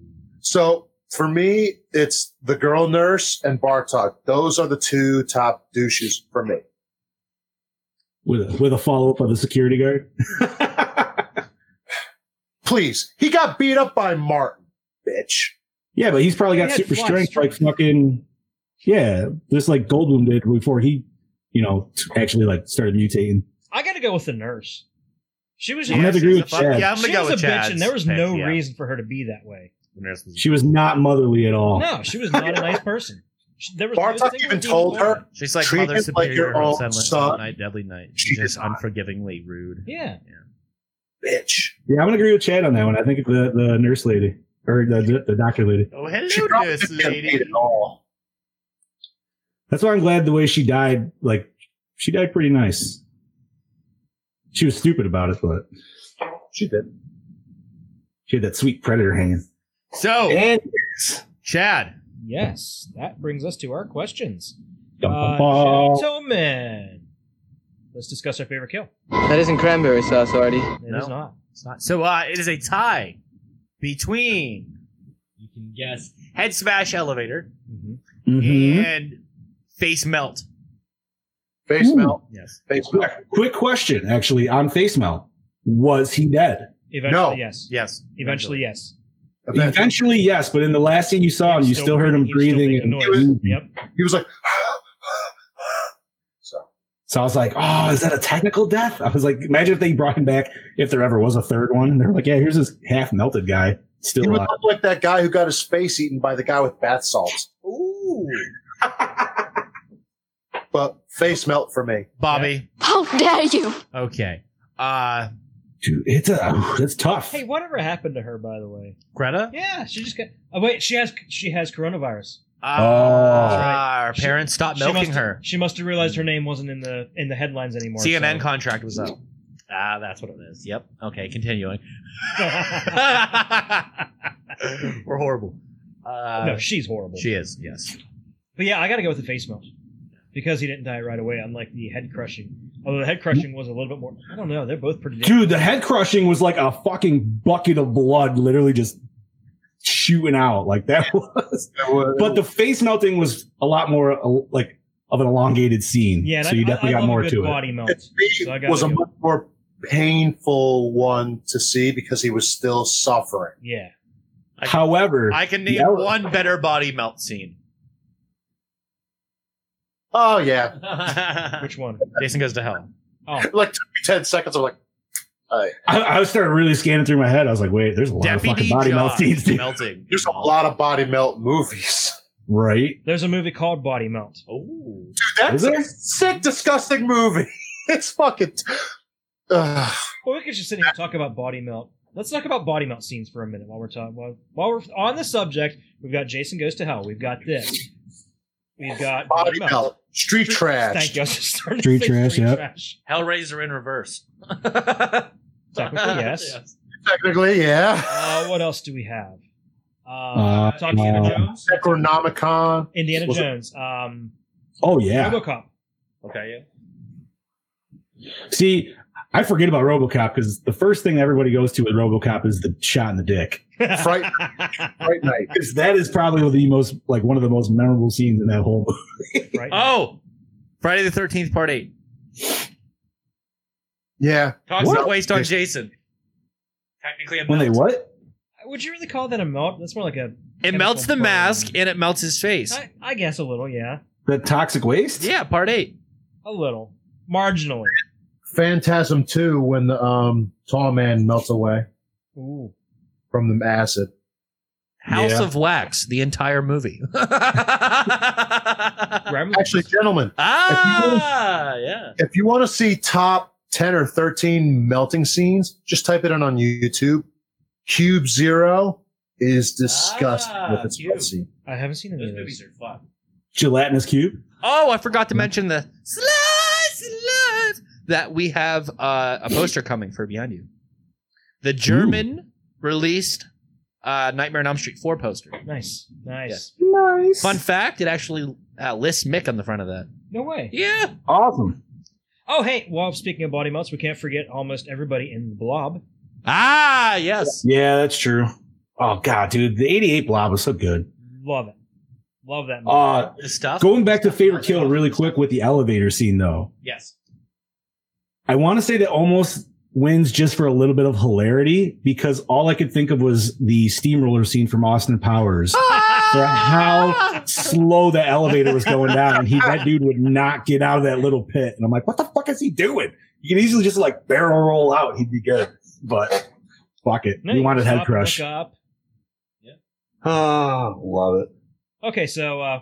Speaker 7: So for me, it's the girl nurse and Bartok. Those are the two top douches for me.
Speaker 6: with a, with a follow up of the security guard.
Speaker 7: Please, he got beat up by Martin, bitch.
Speaker 6: Yeah, but he's probably
Speaker 5: Yeah,
Speaker 6: got
Speaker 5: he had
Speaker 6: super
Speaker 5: fly
Speaker 6: strength, like
Speaker 5: strength.
Speaker 6: fucking. Yeah, just like Goldblum did before he, you know, t- actually like started mutating.
Speaker 5: I got to go with the nurse. She was
Speaker 6: I'm gonna have to agree with
Speaker 4: Fuck-
Speaker 6: Chad.
Speaker 4: Yeah, I'm gonna
Speaker 5: she
Speaker 4: go
Speaker 5: was
Speaker 4: with
Speaker 5: a
Speaker 4: Chad's
Speaker 5: bitch, and there was
Speaker 4: pick,
Speaker 5: no
Speaker 4: yeah.
Speaker 5: reason for her to be that way.
Speaker 4: The nurse was-
Speaker 6: She was not motherly at all.
Speaker 5: No, she was not a nice person. She, there was no
Speaker 7: Oh. Bartok
Speaker 5: single
Speaker 7: even
Speaker 5: redeeming
Speaker 7: told her
Speaker 5: moment.
Speaker 4: She's like
Speaker 7: Treat
Speaker 4: mother
Speaker 7: him like
Speaker 4: superior,
Speaker 7: your
Speaker 4: her
Speaker 7: own
Speaker 4: son, like
Speaker 7: son.
Speaker 4: night, deadly night.
Speaker 7: She
Speaker 4: She's just
Speaker 7: did not.
Speaker 4: unforgivingly rude.
Speaker 5: Yeah.
Speaker 7: Bitch.
Speaker 6: Yeah, I'm gonna agree with Chad on that one. I think the the nurse lady or the the doctor lady.
Speaker 4: Oh, hello,
Speaker 7: She probably
Speaker 4: nurse
Speaker 7: didn't get
Speaker 4: lady.
Speaker 7: paid at all.
Speaker 6: That's why I'm glad the way she died. Like she died pretty nice. She was stupid about it, but she did. She had that sweet predator hanging.
Speaker 4: So,
Speaker 6: And
Speaker 4: Chad,
Speaker 5: Yes, that brings us to our questions.
Speaker 6: Dum,
Speaker 5: Uh,
Speaker 6: dum, dum.
Speaker 5: gentlemen, let's discuss our favorite kill.
Speaker 14: That isn't cranberry sauce, Artie.
Speaker 5: It
Speaker 4: No.
Speaker 5: is not.
Speaker 4: It's not. So uh, it is a tie between you can guess Mm-hmm. head smash elevator
Speaker 6: Mhm.
Speaker 4: and face melt.
Speaker 7: Face
Speaker 6: Ooh.
Speaker 7: melt.
Speaker 4: Yes.
Speaker 7: Face melt.
Speaker 6: Quick question, actually, on face melt. Was he dead?
Speaker 5: Eventually, yes.
Speaker 4: Yes.
Speaker 5: Eventually, yes.
Speaker 6: Eventually. yes, but in the last scene you saw him, Oh, you still, heard him breathing. and
Speaker 5: Yep.
Speaker 7: He was like,
Speaker 6: So I was like, oh, is that a technical death? I was like, imagine if they brought him back, if there ever was a third one. And they're like, yeah, here's this half melted guy still
Speaker 7: he would
Speaker 6: alive.
Speaker 7: look like that guy who got his face eaten by the guy with bath salts.
Speaker 5: Ooh.
Speaker 7: But face melt for me.
Speaker 4: Bobby.
Speaker 15: How dare you?
Speaker 4: Okay. Uh
Speaker 6: Dude, it's a it's tough.
Speaker 5: Hey, whatever happened to her, by the way?
Speaker 4: Greta?
Speaker 5: Yeah, she just got. Oh wait, she has she has coronavirus.
Speaker 4: Uh,
Speaker 5: That's right.
Speaker 4: Her
Speaker 5: She-
Speaker 4: parents stopped
Speaker 5: she
Speaker 4: milking
Speaker 5: must-
Speaker 4: her.
Speaker 5: She must have realized her name wasn't in the in the headlines anymore.
Speaker 4: CNN
Speaker 5: so-
Speaker 4: contract was up. Ah, that's what it is. Yep. Okay, continuing. We're horrible. Uh,
Speaker 5: no, she's horrible.
Speaker 4: She is, yes.
Speaker 5: But yeah, I got to go with the face melt because he didn't die right away, unlike the head crushing. Although the head crushing was a little bit more. I don't know. They're both pretty.
Speaker 6: Dude, the head crushing was like a fucking bucket of blood literally just shooting out. Like that was. But the face melting was a lot more uh, like of an elongated scene.
Speaker 5: Yeah, and
Speaker 6: so
Speaker 5: I-
Speaker 6: you
Speaker 5: I-
Speaker 6: definitely
Speaker 5: I
Speaker 6: got
Speaker 5: love a
Speaker 6: more
Speaker 5: good
Speaker 6: to
Speaker 5: body
Speaker 6: it.
Speaker 5: melt. So I
Speaker 7: It
Speaker 5: gotta
Speaker 7: was a
Speaker 5: go-
Speaker 7: much more painful one to see because he was still suffering.
Speaker 5: Yeah.
Speaker 6: However,
Speaker 4: I can name
Speaker 6: the ele-
Speaker 4: one better body melt scene.
Speaker 7: Oh yeah.
Speaker 5: Which one?
Speaker 4: Jason goes to hell.
Speaker 5: Oh.
Speaker 7: like took me ten seconds. I'm like, all right.
Speaker 6: I, I started really scanning through my head. I was like, wait, there's a lot of fucking body melt scenes, dude.
Speaker 4: melting.
Speaker 7: There's a lot of body melt movies.
Speaker 6: Right?
Speaker 5: There's a movie called Body Melt.
Speaker 4: Oh,
Speaker 7: That's
Speaker 6: Is there?
Speaker 7: a sick, disgusting movie. It's fucking. Ugh.
Speaker 5: Well, we could just sit here and talk about body melt. Let's talk about body melt scenes for a minute while we're talking. While, while we're on the subject, we've got Jason Goes to Hell. We've got this. We've got
Speaker 7: body melt, street
Speaker 5: Thank
Speaker 7: trash.
Speaker 5: you. I was just starting to
Speaker 6: Street
Speaker 5: say
Speaker 6: trash,
Speaker 5: street
Speaker 6: yeah.
Speaker 5: trash.
Speaker 4: Hellraiser in reverse.
Speaker 5: Technically, yes.
Speaker 7: Technically, yeah.
Speaker 5: Uh, what else do we have? Uh,
Speaker 6: Uh,
Speaker 5: talking to Indiana
Speaker 6: uh,
Speaker 5: Jones.
Speaker 7: Necronomicon.
Speaker 5: Indiana
Speaker 7: Was it-
Speaker 5: Jones. Um,
Speaker 6: Oh yeah.
Speaker 5: RoboCop.
Speaker 4: Okay,
Speaker 6: See, I forget about RoboCop because the first thing everybody goes to with RoboCop is the shot in the dick.
Speaker 7: Fright, Fright Night.
Speaker 6: Because that is probably the most like one of the most memorable scenes in that whole movie.
Speaker 5: Right. Uh,
Speaker 4: Oh, Friday the Thirteenth Part Eight.
Speaker 7: Yeah.
Speaker 4: Talks
Speaker 6: What?
Speaker 4: about waste on Jason. Technically, a
Speaker 6: When they
Speaker 4: melt.
Speaker 6: what?
Speaker 5: Would you really call that a melt? That's more like a.
Speaker 4: it melts the
Speaker 5: chemical burn.
Speaker 4: mask and it melts his face.
Speaker 5: I, I guess a little, yeah,
Speaker 6: The toxic waste?
Speaker 4: Yeah, Part Eight.
Speaker 5: a little, marginally.
Speaker 7: Phantasm 2 when the um, tall man melts away
Speaker 5: Ooh.
Speaker 7: from the acid.
Speaker 4: House
Speaker 6: Yeah.
Speaker 4: of Wax, the entire movie. ah,
Speaker 5: Gremlins.
Speaker 7: Uh, Actually, gentlemen,
Speaker 4: yeah.
Speaker 7: if you want to see top 10 or 13 melting scenes, just type it in on YouTube. Cube Zero is disgusting
Speaker 4: Ah,
Speaker 7: with its
Speaker 4: Cube.
Speaker 7: melt scene.
Speaker 5: I haven't seen any of those.
Speaker 4: are fun.
Speaker 6: Gelatinous cube?
Speaker 4: Oh, I forgot to mention the slice of life that we have uh, a poster coming for Beyond You. The German released uh, Nightmare on Elm Street 4 poster.
Speaker 5: Nice, nice.
Speaker 6: Nice.
Speaker 4: Fun fact, it actually uh, lists Mick on the front of that.
Speaker 5: No way.
Speaker 4: Yeah.
Speaker 6: Awesome.
Speaker 5: Oh, hey. Well, speaking of body melts, we can't forget almost everybody in the Blob.
Speaker 4: Ah, yes.
Speaker 6: Yeah, that's true. Oh god, dude. The 88 blob was so good.
Speaker 5: Love it. Love that. Movie.
Speaker 6: Uh
Speaker 4: The stuff.
Speaker 6: going back to favorite kill really quick with the elevator scene though.
Speaker 4: Yes.
Speaker 6: I want to say that almost wins just for a little bit of hilarity because all I could think of was the steamroller scene from Austin Powers. For how slow the elevator was going down, and he that dude would not get out of that little pit. And I'm like, what the fuck is he doing? You could easily just like barrel roll out, he'd be good. But fuck it,
Speaker 5: No,
Speaker 6: we
Speaker 5: you
Speaker 6: wanted
Speaker 5: stop
Speaker 6: head
Speaker 5: and
Speaker 6: crush.
Speaker 5: look up.
Speaker 6: Ah, love it.
Speaker 5: Okay, so uh,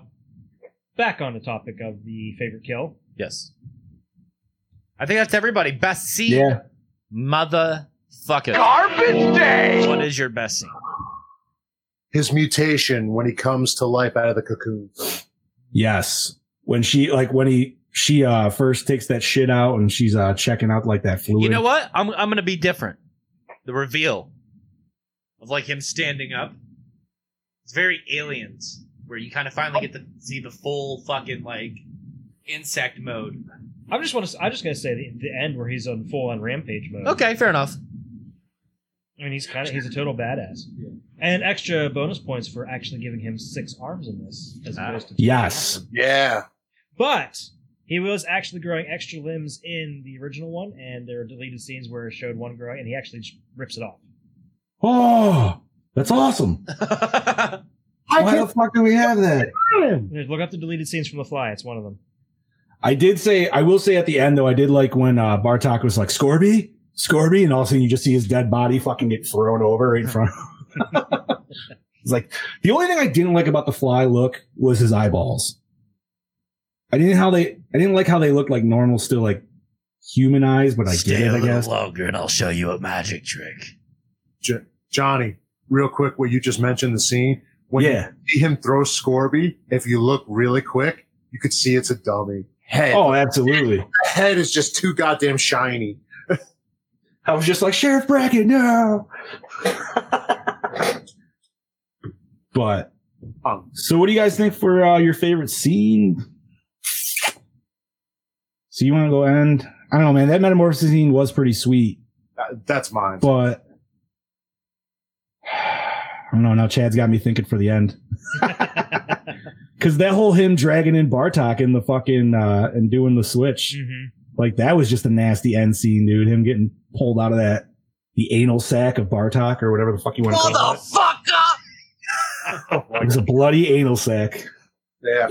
Speaker 5: back on the topic of the favorite kill.
Speaker 4: Yes. I think that's everybody. Best scene.
Speaker 6: Yeah,
Speaker 4: Motherfucker.
Speaker 1: Garbage day!
Speaker 4: What is your best scene?
Speaker 7: His mutation when he comes to life out of the cocoon.
Speaker 6: yes. When she like when he she uh first takes that shit out and she's uh checking out like that fluid.
Speaker 4: You know what? I'm I'm gonna be different. The reveal of like him standing up. It's very aliens, where you kind of finally get to see the full fucking like insect mode.
Speaker 5: I'm just want to. I'm just gonna say the, the end where he's on full on rampage mode.
Speaker 4: Okay, fair enough.
Speaker 5: I mean, he's kind of he's a total badass. And extra bonus points for actually giving him six arms in this, as
Speaker 4: Ah.
Speaker 5: opposed to
Speaker 6: Yes.
Speaker 7: Yeah.
Speaker 5: But He was actually growing extra limbs in the original one, and there are deleted scenes where it showed one growing, and he actually just rips it off.
Speaker 6: Oh, that's awesome. Why the fuck do we have that?
Speaker 5: Look up the deleted scenes from The Fly. It's one of them.
Speaker 6: I did say, I will say at the end though, I did like when uh, Bartok was like, Scorby, Scorby, and all of a sudden you just see his dead body fucking get thrown over right in front of him. it's like, the only thing I didn't like about the fly look was his eyeballs. I didn't how they, I didn't like how they looked like normal, still like human eyes, but I
Speaker 12: Stay
Speaker 6: did it,
Speaker 12: a
Speaker 6: I
Speaker 12: little
Speaker 6: guess.
Speaker 12: longer, and I'll show you a magic trick.
Speaker 7: Jo- Johnny, real quick, what you just mentioned the scene when
Speaker 6: Yeah.
Speaker 7: you see him throw Scorby. If you look really quick, you could see it's a dummy head.
Speaker 6: Oh, absolutely.
Speaker 7: The head is just too goddamn shiny.
Speaker 6: I was just like, Sheriff Brackett, no. but so, what do you guys think for uh, your favorite scene? So you want to go end? I don't know, man. That metamorphosis scene was pretty sweet,
Speaker 7: That- Uh, That's mine.
Speaker 6: but I don't know. Now Chad's got me thinking for the end because that whole him dragging in Bartok in the fucking uh, and doing the switch, like that was just a nasty end scene, dude. Him getting pulled out of that the anal sack of Bartok or whatever the fuck you want to call it.
Speaker 12: fuck up!
Speaker 6: It was a bloody anal sack.
Speaker 7: Yeah.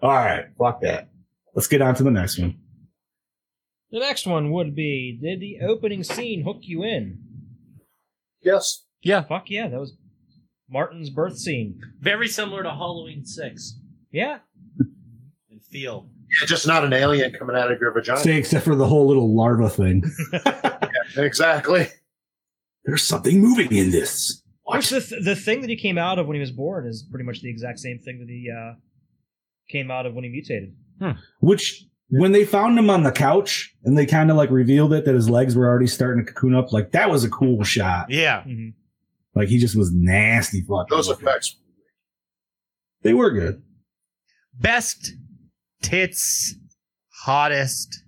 Speaker 6: All right, fuck that. Let's get on to the next one.
Speaker 5: The next one would be Did the opening scene hook you in?
Speaker 7: Yes.
Speaker 4: Yeah.
Speaker 5: Fuck yeah, that was Martin's birth scene.
Speaker 11: Very similar to Halloween Six
Speaker 5: Yeah.
Speaker 11: and feel.
Speaker 7: Yeah, just not an alien coming out of your vagina.
Speaker 6: Say, except for the whole little larva thing.
Speaker 7: Exactly.
Speaker 6: There's something moving in this.
Speaker 5: Which the, th- the thing that he came out of when he was born is pretty much the exact same thing that he uh, came out of when he mutated.
Speaker 6: Which, when they found him on the couch and they kind of like revealed it that his legs were already starting to cocoon up, like that was a cool shot.
Speaker 4: Yeah.
Speaker 5: Mm-hmm.
Speaker 6: Like he just was nasty fucking.
Speaker 7: Those effects.
Speaker 6: They were good.
Speaker 4: Best tits, hottest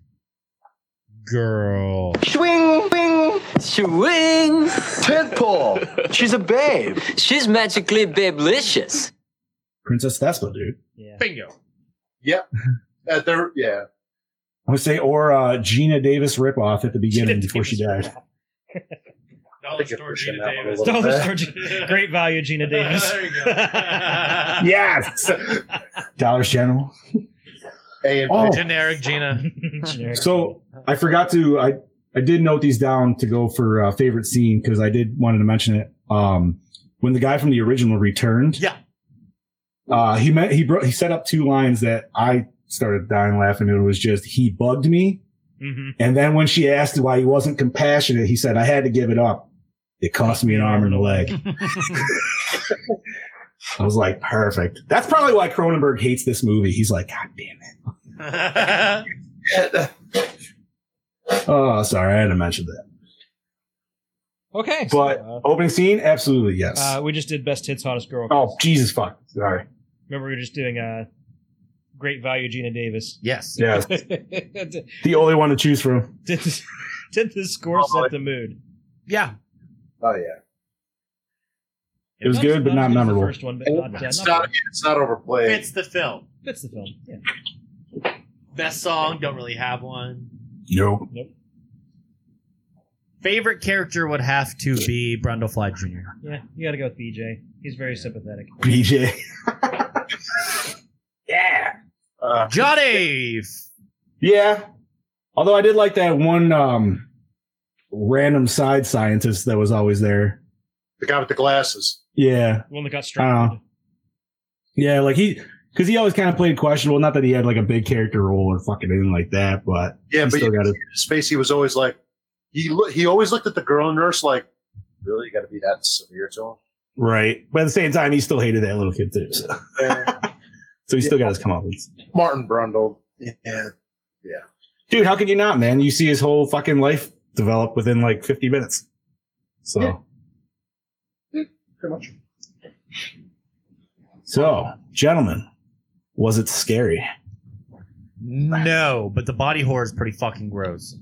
Speaker 4: girl.
Speaker 15: Swing, swing, swing. Tentpole. She's a babe. She's magically babelicious.
Speaker 6: Princess Thespa, dude.
Speaker 4: Bingo.
Speaker 7: Yep. Uh, there, yeah.
Speaker 6: I would say, or uh, Gina Davis ripoff at the beginning before she died.
Speaker 11: Dollar store Gina Davis.
Speaker 5: Dollar store Gina- Great value, Gina Davis.
Speaker 11: there you go.
Speaker 6: yes. Dollar General.
Speaker 7: A
Speaker 6: and Oh.
Speaker 4: Generic Gina.
Speaker 6: So I forgot to I I did note these down to go for uh, favorite scene because I did wanted to mention it. Um, when the guy from the original returned,
Speaker 4: yeah,
Speaker 6: uh, he met he bro- he set up two lines that I started dying laughing. And it was just he bugged me,
Speaker 5: Mm-hmm.
Speaker 6: and then when she asked why he wasn't compassionate, he said I had to give it up. It cost me an arm and a leg. I was like, perfect. That's probably why Cronenberg hates this movie. He's like, God damn Oh. it. Oh, sorry, I had to mention that.
Speaker 5: okay. so,
Speaker 6: But
Speaker 5: uh,
Speaker 6: opening scene, absolutely yes.
Speaker 5: uh, we just did best hits, hottest girl.
Speaker 6: oh Jesus fuck! Sorry.
Speaker 5: Remember, we were just doing uh, great value, Gina Davis.
Speaker 4: Yes.
Speaker 6: Yes.
Speaker 5: did,
Speaker 6: The only one to choose from.
Speaker 5: did, the- did the score set the mood?
Speaker 4: Yeah.
Speaker 7: Oh yeah.
Speaker 6: It was good, but not memorable.
Speaker 5: First one, but not, uh,
Speaker 7: It's
Speaker 5: not
Speaker 7: not. It's not overplayed.
Speaker 11: Fits the film.
Speaker 5: fits the film. Yeah.
Speaker 11: Best song. Don't really have one.
Speaker 6: Nope.
Speaker 4: Favorite character would have to be Brundlefly Jr.
Speaker 5: Yeah, you got to go with BJ. He's very sympathetic.
Speaker 6: BJ.
Speaker 7: Uh,
Speaker 4: Johnny.
Speaker 6: Yeah. Although I did like that one um random side scientist that was always there.
Speaker 7: the guy with the glasses.
Speaker 6: Yeah.
Speaker 5: The one that got
Speaker 6: I
Speaker 5: struck.
Speaker 6: don't know. Yeah, like he because he always kind of played questionable. Not that he had like a big character role or fucking anything like that, but
Speaker 7: Yeah,
Speaker 6: he
Speaker 7: but
Speaker 6: still
Speaker 7: you-
Speaker 6: got his
Speaker 7: Spacey was always like, he lo- he always looked at the girl nurse like, really, you got to be that severe to him.
Speaker 6: right. But at the same time, he still hated that little kid too. So, so he still got his comeuppance.
Speaker 7: Martin Brundle. Yeah. Yeah.
Speaker 6: Dude, how could you not, man? You see his whole fucking life develop within like 50 minutes. So.
Speaker 7: Pretty much.
Speaker 6: So, gentlemen, was it scary?
Speaker 4: No, but the body horror is pretty fucking gross.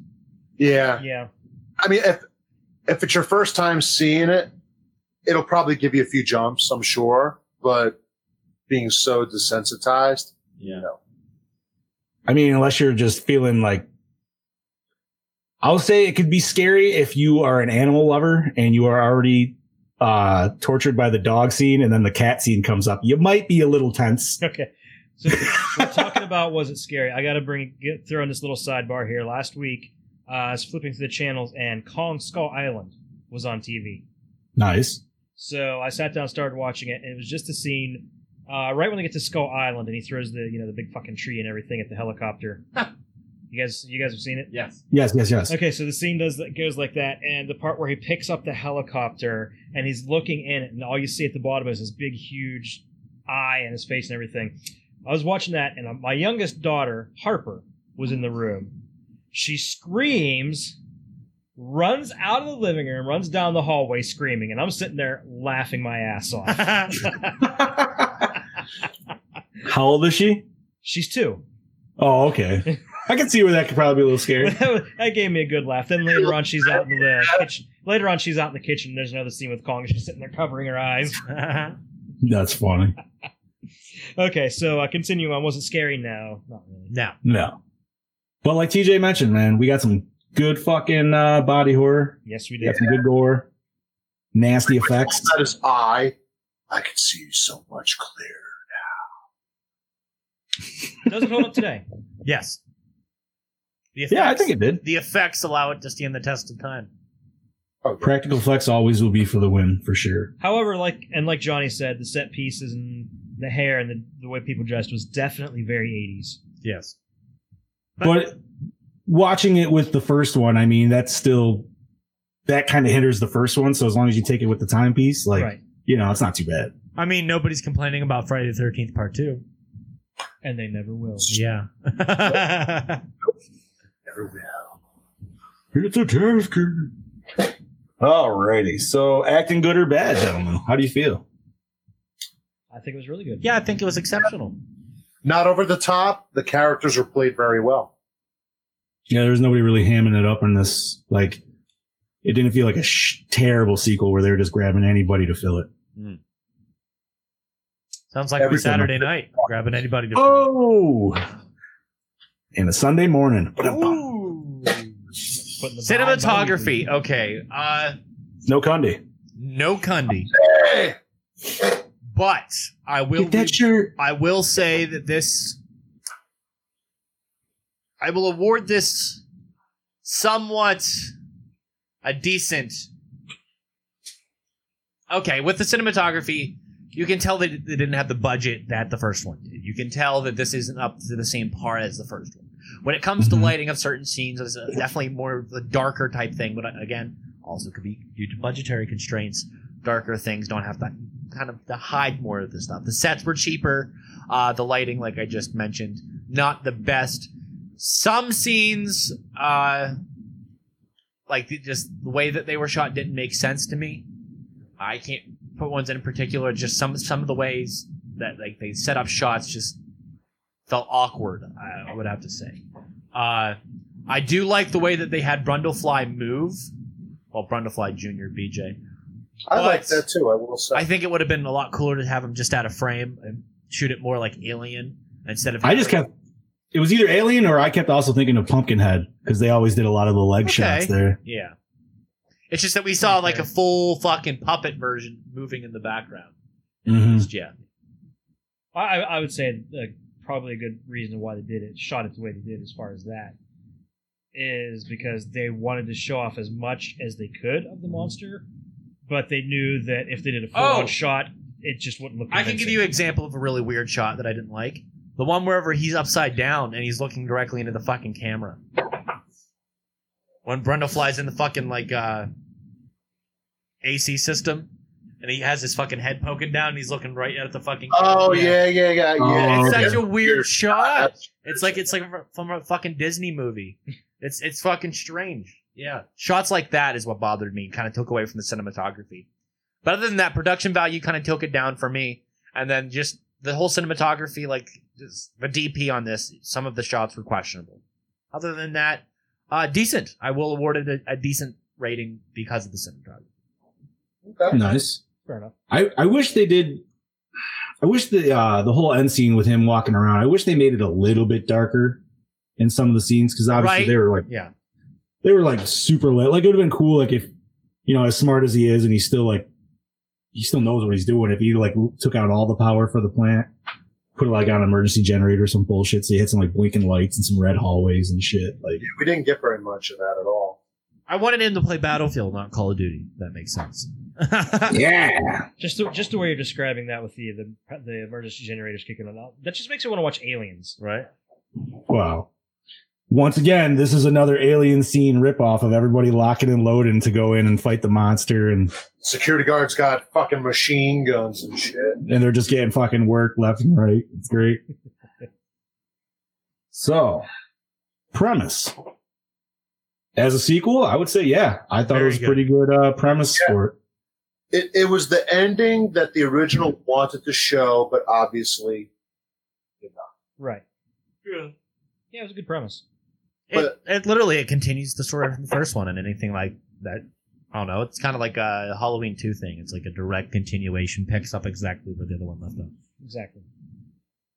Speaker 7: Yeah.
Speaker 5: Yeah.
Speaker 7: I mean, if if it's your first time seeing it, it'll probably give you a few jumps, I'm sure. But being so desensitized,
Speaker 11: Yeah.
Speaker 7: no.
Speaker 6: I mean, unless you're just feeling like, I'll say it could be scary if you are an animal lover and you are already uh, tortured by the dog scene and then the cat scene comes up. You might be a little tense.
Speaker 5: Okay. So we're talking about was it scary? I got to bring get throw in this little sidebar here. Last week, uh, I was flipping through the channels and Kong Skull Island was on TV.
Speaker 6: Nice.
Speaker 5: So I sat down, and started watching it, and it was just a scene uh, right when they get to Skull Island, and he throws the you know the big fucking tree and everything at the helicopter. you guys, you guys have seen it?
Speaker 11: Yes.
Speaker 6: Yes, yes, yes.
Speaker 5: Okay, so the scene does that goes like that, and the part where he picks up the helicopter and he's looking in it, and all you see at the bottom is this big, huge eye and his face and everything. I was watching that, and my youngest daughter Harper was in the room. She screams, runs out of the living room, runs down the hallway screaming, and I'm sitting there laughing my ass off.
Speaker 6: How old is she?
Speaker 5: She's two.
Speaker 6: Oh, okay. I can see where that could probably be a little scary.
Speaker 5: that gave me a good laugh. Then later on, she's out in the kitchen. Later on, she's out in the kitchen. There's another scene with Kong. She's sitting there covering her eyes.
Speaker 6: That's funny.
Speaker 5: okay, so uh, continue on. Was it scary? No, not really.
Speaker 4: No.
Speaker 6: No. But like TJ mentioned, man, we got some good fucking uh, body horror.
Speaker 5: Yes, we
Speaker 6: We
Speaker 5: did.
Speaker 6: got some good gore, nasty effects.
Speaker 7: That is I. I can see you so much clearer.
Speaker 5: Does it hold up today?
Speaker 4: Yes. The
Speaker 6: Yeah, I think it did.
Speaker 4: The effects allow it to stand the test of time.
Speaker 7: Oh,
Speaker 6: Practical effects always will be for the win, for sure.
Speaker 5: However, like and like Johnny said, the set pieces and the hair and the, the way people dressed was definitely very 80s.
Speaker 4: Yes.
Speaker 6: But watching it with the first one, I mean, that's still that kind of hinders the first one. So as long as you take it with the timepiece, like
Speaker 4: Right.
Speaker 6: you know, it's not too bad.
Speaker 4: I mean, nobody's complaining about Friday the 13th Part 2.
Speaker 5: And they never will.
Speaker 4: Yeah.
Speaker 7: Never will.
Speaker 6: It's a tasker. Alrighty. So acting good or bad, gentlemen. How do you feel?
Speaker 5: I think it was really good.
Speaker 4: Yeah, I think it was exceptional.
Speaker 7: Not over the top. The characters were played very well.
Speaker 6: Yeah, there was nobody really hamming it up in this. Like, it didn't feel like a sh- terrible sequel where they were just grabbing anybody to fill it.
Speaker 4: Sounds like
Speaker 6: Every
Speaker 4: a Saturday night, grabbing anybody to.
Speaker 6: Oh, and a Sunday morning.
Speaker 4: Cinematography. Okay. Uh,
Speaker 6: No Conde.
Speaker 4: no Cundy. But I will
Speaker 6: Get that shirt.
Speaker 4: I will say that this I will award this somewhat a decent Okay, with the cinematography, you can tell that they didn't have the budget that the first one did. You can tell that this isn't up to the same par as the first one. When it comes to lighting of certain scenes, it's uh, definitely more of the darker type thing, but uh, again, also could be due to budgetary constraints. Darker things don't have to kind of to hide more of this stuff. The sets were cheaper. Uh, the lighting, like I just mentioned, not the best. Some scenes, uh, like the- just the way that they were shot, didn't make sense to me. I can't put ones in particular. Just some some of the ways that like they set up shots just felt awkward. I, I would have to say. Uh, I do like the way that they had Brundlefly move. Well, Brundlefly Junior, BJ.
Speaker 7: I
Speaker 4: But-
Speaker 7: like that too. I will say.
Speaker 4: I think it would have been a lot cooler to have him just out of frame and shoot it more like Alien instead of.
Speaker 6: I just kept. It was either Alien or I kept also thinking of Pumpkinhead because they always did a lot of the leg shots there.
Speaker 4: Yeah. It's just that we saw like a full fucking puppet version moving in the background.
Speaker 6: Mhm.
Speaker 4: Yeah.
Speaker 5: I, I I would say uh, probably a good reason why they did it, shot it the way they did as far as that, is because they wanted to show off as much as they could of the monster, but they knew that if they did a full on
Speaker 4: Oh.
Speaker 5: shot, it just wouldn't look
Speaker 4: I can give
Speaker 5: convincing.
Speaker 4: you an example of a really weird shot that I didn't like. The one wherever he's upside down and he's looking directly into the fucking camera. When Brenda flies in the fucking like uh AC system and he has his fucking head poking down and he's looking right at the fucking camera.
Speaker 7: Oh yeah, yeah, yeah, Oh, yeah.
Speaker 4: it's such a weird shot. It's like it's like from a fucking Disney movie. It's it's fucking strange. Yeah, shots like that is what bothered me. Kind of took away from the cinematography. But other than that, production value kind of took it down for me. And then just the whole cinematography, like just the DP on this, some of the shots were questionable. Other than that, uh, decent. I will award it a, a decent rating because of the cinematography.
Speaker 6: Nice.
Speaker 5: Fair enough.
Speaker 6: I, I wish they did. I wish the uh, the whole end scene with him walking around. I wish they made it a little bit darker in some of the scenes because obviously
Speaker 4: Right.
Speaker 6: they were like
Speaker 4: yeah.
Speaker 6: they were like super lit. Like it would have been cool, like if you know, as smart as he is, and he's still like he still knows what he's doing. If he like took out all the power for the plant, put it like on an emergency generator, or some bullshit, so you had some like blinking lights and some red hallways and shit. Like
Speaker 7: We didn't get very much of that at all.
Speaker 4: I wanted him to play Battlefield, not Call of Duty. That makes sense.
Speaker 6: Yeah.
Speaker 5: Just the, just the way you're describing that with the the, the emergency generators kicking it out, that just makes me want to watch Aliens,
Speaker 4: right?
Speaker 6: wow. Once again, this is another alien scene ripoff of everybody locking and loading to go in and fight the monster and
Speaker 7: Security guards got fucking machine guns and shit.
Speaker 6: and they're just getting fucking work left and right. It's great. so, premise as a sequel, I would say yeah. I thought it was pretty good uh, premise for it.
Speaker 7: It, it was the ending that the original wanted to show, but obviously did not.
Speaker 5: right? Yeah, yeah, it was a good premise.
Speaker 4: It, it literally it continues the story from the first one, and anything like that. I don't know. It's kind of like a Halloween two thing. It's like a direct continuation, picks up exactly where the other one left off.
Speaker 5: Exactly.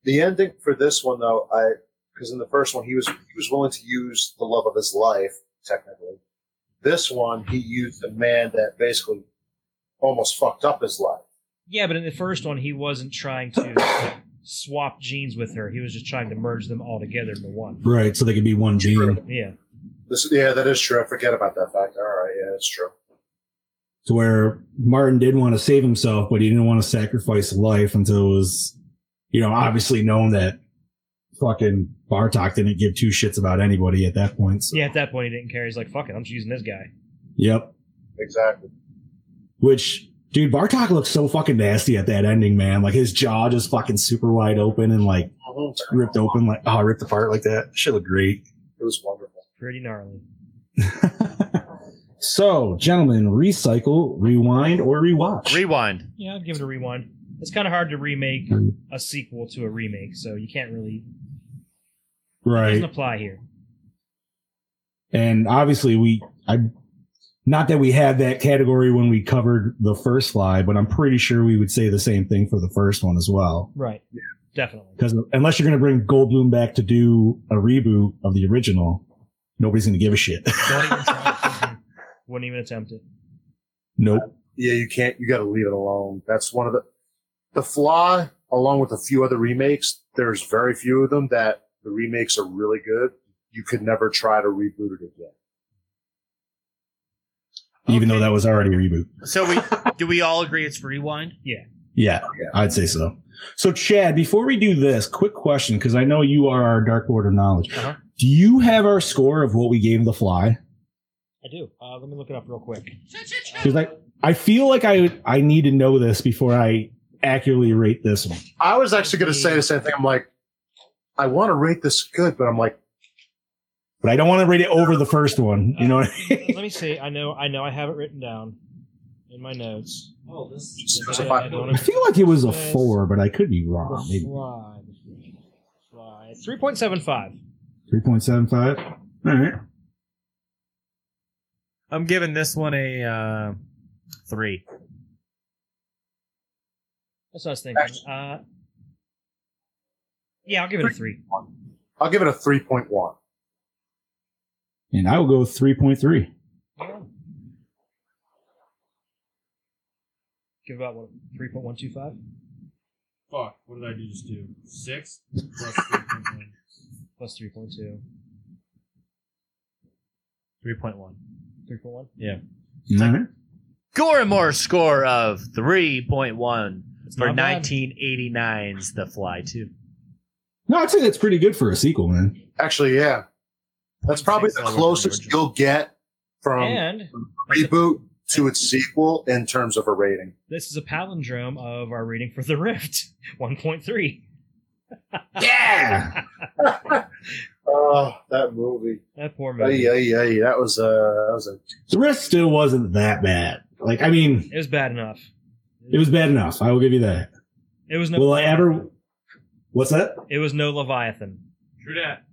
Speaker 7: The ending for this one, though, I because in the first one he was he was willing to use the love of his life. Technically, this one he used the man that basically almost fucked up his life.
Speaker 5: Yeah, but in the first one, he wasn't trying to swap genes with her. He was just trying to merge them all together into one.
Speaker 6: Right, so they could be one being
Speaker 5: Yeah.
Speaker 7: This, yeah, that is true. I forget about that fact. All right, yeah, that's true.
Speaker 6: to where Martin did want to save himself, but he didn't want to sacrifice life until it was, you know, obviously known that fucking Bartok didn't give two shits about anybody at that point. So,
Speaker 5: Yeah, at that point, he didn't care. He's like, fuck it, I'm just using this guy.
Speaker 6: Yep.
Speaker 7: Exactly.
Speaker 6: Which, dude, Bartok looks so fucking nasty at that ending, man. Like his jaw just fucking super wide open and like ripped open, like oh, ripped apart like that. Shit looked great.
Speaker 7: It was wonderful.
Speaker 5: Pretty gnarly.
Speaker 6: So, gentlemen, recycle, rewind, or rewatch.
Speaker 4: Rewind.
Speaker 5: Yeah, I'd give it a rewind. It's kind of hard to remake a sequel to a remake, so you can't really. It doesn't
Speaker 6: Right.
Speaker 5: apply here.
Speaker 6: And obviously, we I not that we had that category when we covered the first fly, but I'm pretty sure we would say the same thing for the first one as well.
Speaker 5: Right. Definitely.
Speaker 6: Because unless you're going to bring Goldblum back to do a reboot of the original, nobody's going to give a shit.
Speaker 5: Don't even try. Wouldn't even attempt it.
Speaker 6: nope.
Speaker 7: Yeah, you can't. You got to leave it alone. That's one of the the flaw, along with a few other remakes. There's very few of them that the remakes are really good. You could never try to reboot it again.
Speaker 6: even though that was already a reboot.
Speaker 4: So we do we all agree it's rewind?
Speaker 5: Yeah.
Speaker 6: Yeah, I'd say so. So, Chad, before we do this, quick question because I know you are our dark board of knowledge.
Speaker 5: Uh-huh.
Speaker 6: Do you have our score of what we gave the fly?
Speaker 5: I do. Uh, let me look it up real quick.
Speaker 6: Because I, I feel like I I need to know this before I accurately rate this one.
Speaker 7: I was actually going to say the same thing. I'm like, I want to rate this good, but I'm like,
Speaker 6: But I don't want to rate it over the first one. You know what I mean?
Speaker 5: Let me see. I know. I know. I have it written down in my notes. Oh, this.
Speaker 7: There's a
Speaker 5: I, I
Speaker 7: five-
Speaker 5: don't
Speaker 6: I feel like it was a four, but I could be wrong.
Speaker 5: The
Speaker 6: Maybe
Speaker 5: fly, the fly. 3.75.
Speaker 6: 3.75. All right.
Speaker 4: I'm giving this one a uh, three.
Speaker 5: That's what I was thinking. Uh, yeah, I'll give it a three.
Speaker 7: I'll give it a three point one.
Speaker 6: And I will go 3.3.
Speaker 5: Give about what? 3.125?
Speaker 11: Fuck. What did I do just do? Six plus three point one.
Speaker 5: Plus 3.2.
Speaker 4: Three point one.
Speaker 5: 3.1?
Speaker 4: Yeah.
Speaker 6: All right.
Speaker 4: Gorimore score of three point one for
Speaker 5: not bad.
Speaker 4: 1989's The Fly Two.
Speaker 6: No, I'd say that's pretty good for a sequel, man.
Speaker 7: Actually, yeah, that's probably the
Speaker 4: level from
Speaker 7: closest you'll get from
Speaker 5: And
Speaker 7: reboot to its sequel in terms of a rating.
Speaker 5: this is a palindrome of our rating for The Rift 1.3.
Speaker 6: Yeah.
Speaker 7: Oh, that movie.
Speaker 5: That poor movie.
Speaker 7: Ay, ay, ay, that was uh, that was a
Speaker 6: The rest still wasn't that bad. Like, I mean,
Speaker 5: It was bad enough.
Speaker 6: It was bad enough. I will give you that.
Speaker 5: It was no.
Speaker 6: Will I ever? What's that?
Speaker 5: It was no Leviathan.
Speaker 11: True that.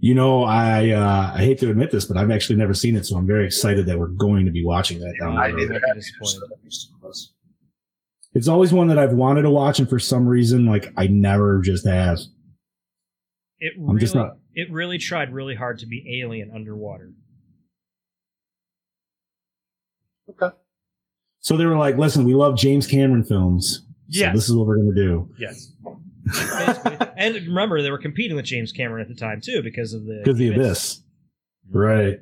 Speaker 6: You know, I uh, I hate to admit this, but I've actually never seen it, so I'm very excited that we're going to be watching that down
Speaker 7: I
Speaker 6: the road.
Speaker 7: neither have either, so that makes two of us.
Speaker 6: It's always one that I've wanted to watch, and for some reason, like I never just have.
Speaker 5: It
Speaker 6: I'm
Speaker 5: really,
Speaker 6: just not-
Speaker 5: it really tried really hard to be alien underwater.
Speaker 6: So they were like, listen, we love James Cameron films.
Speaker 5: Yes.
Speaker 6: So this is what we're going to do.
Speaker 5: Yes. and remember, they were competing with James Cameron at the time too because of the
Speaker 6: Because the abyss. Right.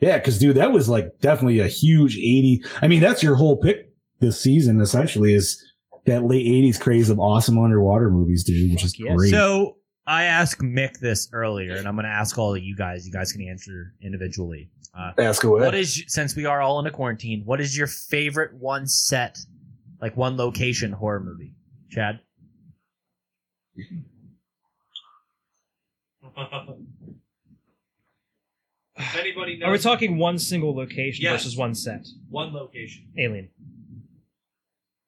Speaker 6: Yeah. Because, dude, that was like definitely a huge 80. I mean, that's your whole pick this season, essentially, is that late 80s craze of awesome underwater movies, dude, which is great.
Speaker 4: So I asked Mick this earlier, and I'm going to ask all of you guys. You guys can answer individually. Uh,
Speaker 6: Ask away.
Speaker 4: What is since we are all in a quarantine? What is your favorite one set, like one location horror movie? Chad,
Speaker 12: Does anybody know?
Speaker 5: Are we talking one single location
Speaker 12: Yes.
Speaker 5: versus one set?
Speaker 12: one location?
Speaker 5: Alien.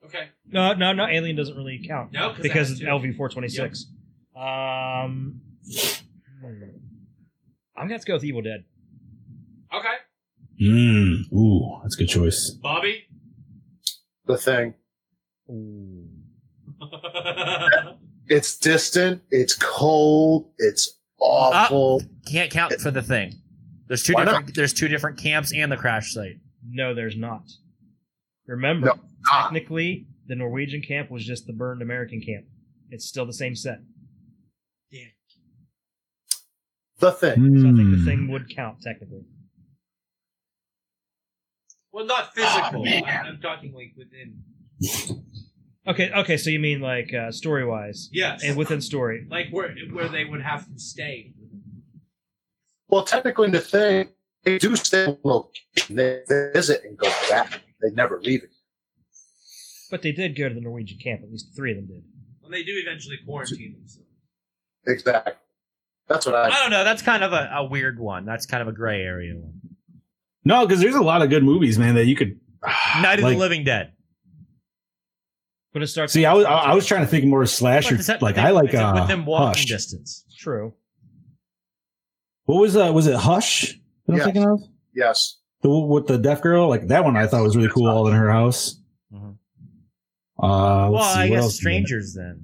Speaker 12: Okay.
Speaker 5: No, no, no. Alien doesn't really count.
Speaker 12: No, 'cause I
Speaker 5: because
Speaker 12: had
Speaker 5: it's
Speaker 12: to.
Speaker 5: LV four twenty six. Um, I'm gonna have to go with Evil Dead.
Speaker 12: Okay.
Speaker 6: Mm, ooh, that's a good choice.
Speaker 12: Bobby.
Speaker 7: The thing. It's distant. It's cold. It's awful.
Speaker 4: can't count for the thing. There's two
Speaker 7: Why
Speaker 4: different. There's two different camps and the crash site.
Speaker 5: No, there's not. Remember, technically, the Norwegian camp was just the burned American camp. It's still the same set.
Speaker 7: The thing.
Speaker 6: Hmm.
Speaker 5: So I
Speaker 6: Mm.
Speaker 5: think the thing would count technically.
Speaker 12: Well, not physical. I, I'm talking like within,
Speaker 5: Okay, okay. So you mean like uh, story wise?
Speaker 12: Yes.
Speaker 5: And within story,
Speaker 12: like where where they would have to stay.
Speaker 7: Well, technically, the thing they do stay in one location. They, they visit and go back. They never leave it.
Speaker 5: but they did go to the Norwegian camp. At least three of them did.
Speaker 12: When they do eventually quarantine themselves.
Speaker 7: Exactly. That's what
Speaker 4: I don't know. That's kind of a, a weird one. That's kind of a gray area one.
Speaker 6: No, because there's a lot of good movies, man, that you could.
Speaker 4: Night of
Speaker 6: Like-
Speaker 4: the Living Dead.
Speaker 5: But it starts.
Speaker 6: See, I was, I I was trying to think more slasher.
Speaker 4: But is that-
Speaker 6: Like,
Speaker 4: they-
Speaker 6: I like
Speaker 4: it's
Speaker 6: uh,
Speaker 4: within walking
Speaker 6: Hush.
Speaker 4: distance.
Speaker 5: True.
Speaker 6: What was uh, was it Hush? That I'm thinking of
Speaker 7: Yes.
Speaker 6: the one with the deaf girl. Like that one, I thought was really cool. All in her house. Uh, let's
Speaker 4: Mm-hmm. well,
Speaker 6: see,
Speaker 4: I
Speaker 6: what
Speaker 4: guess
Speaker 6: else?
Speaker 4: strangers then.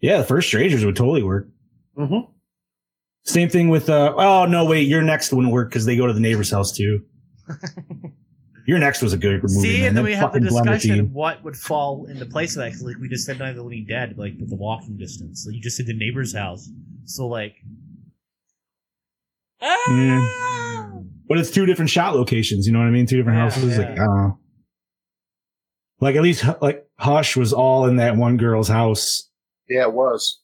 Speaker 6: Yeah, the first strangers would totally work.
Speaker 7: Mm-hmm.
Speaker 6: Same thing with. Uh, oh no, wait, your next wouldn't work because they go to the neighbor's house too. your next was a good movie.
Speaker 4: See,
Speaker 6: man.
Speaker 4: and then
Speaker 6: That
Speaker 4: we have the
Speaker 6: fucking Blumber
Speaker 4: discussion
Speaker 6: team.
Speaker 4: of what would fall into place of that. 'cause, like we just said, Night of the Living Dead, like with the walking distance. Like you just said the neighbor's house. So like,
Speaker 6: Yeah. But it's two different shot locations. You know what I mean? Two different houses. Like, I don't know. Like at least like Hush was all in that one girl's house.
Speaker 7: Yeah, it was.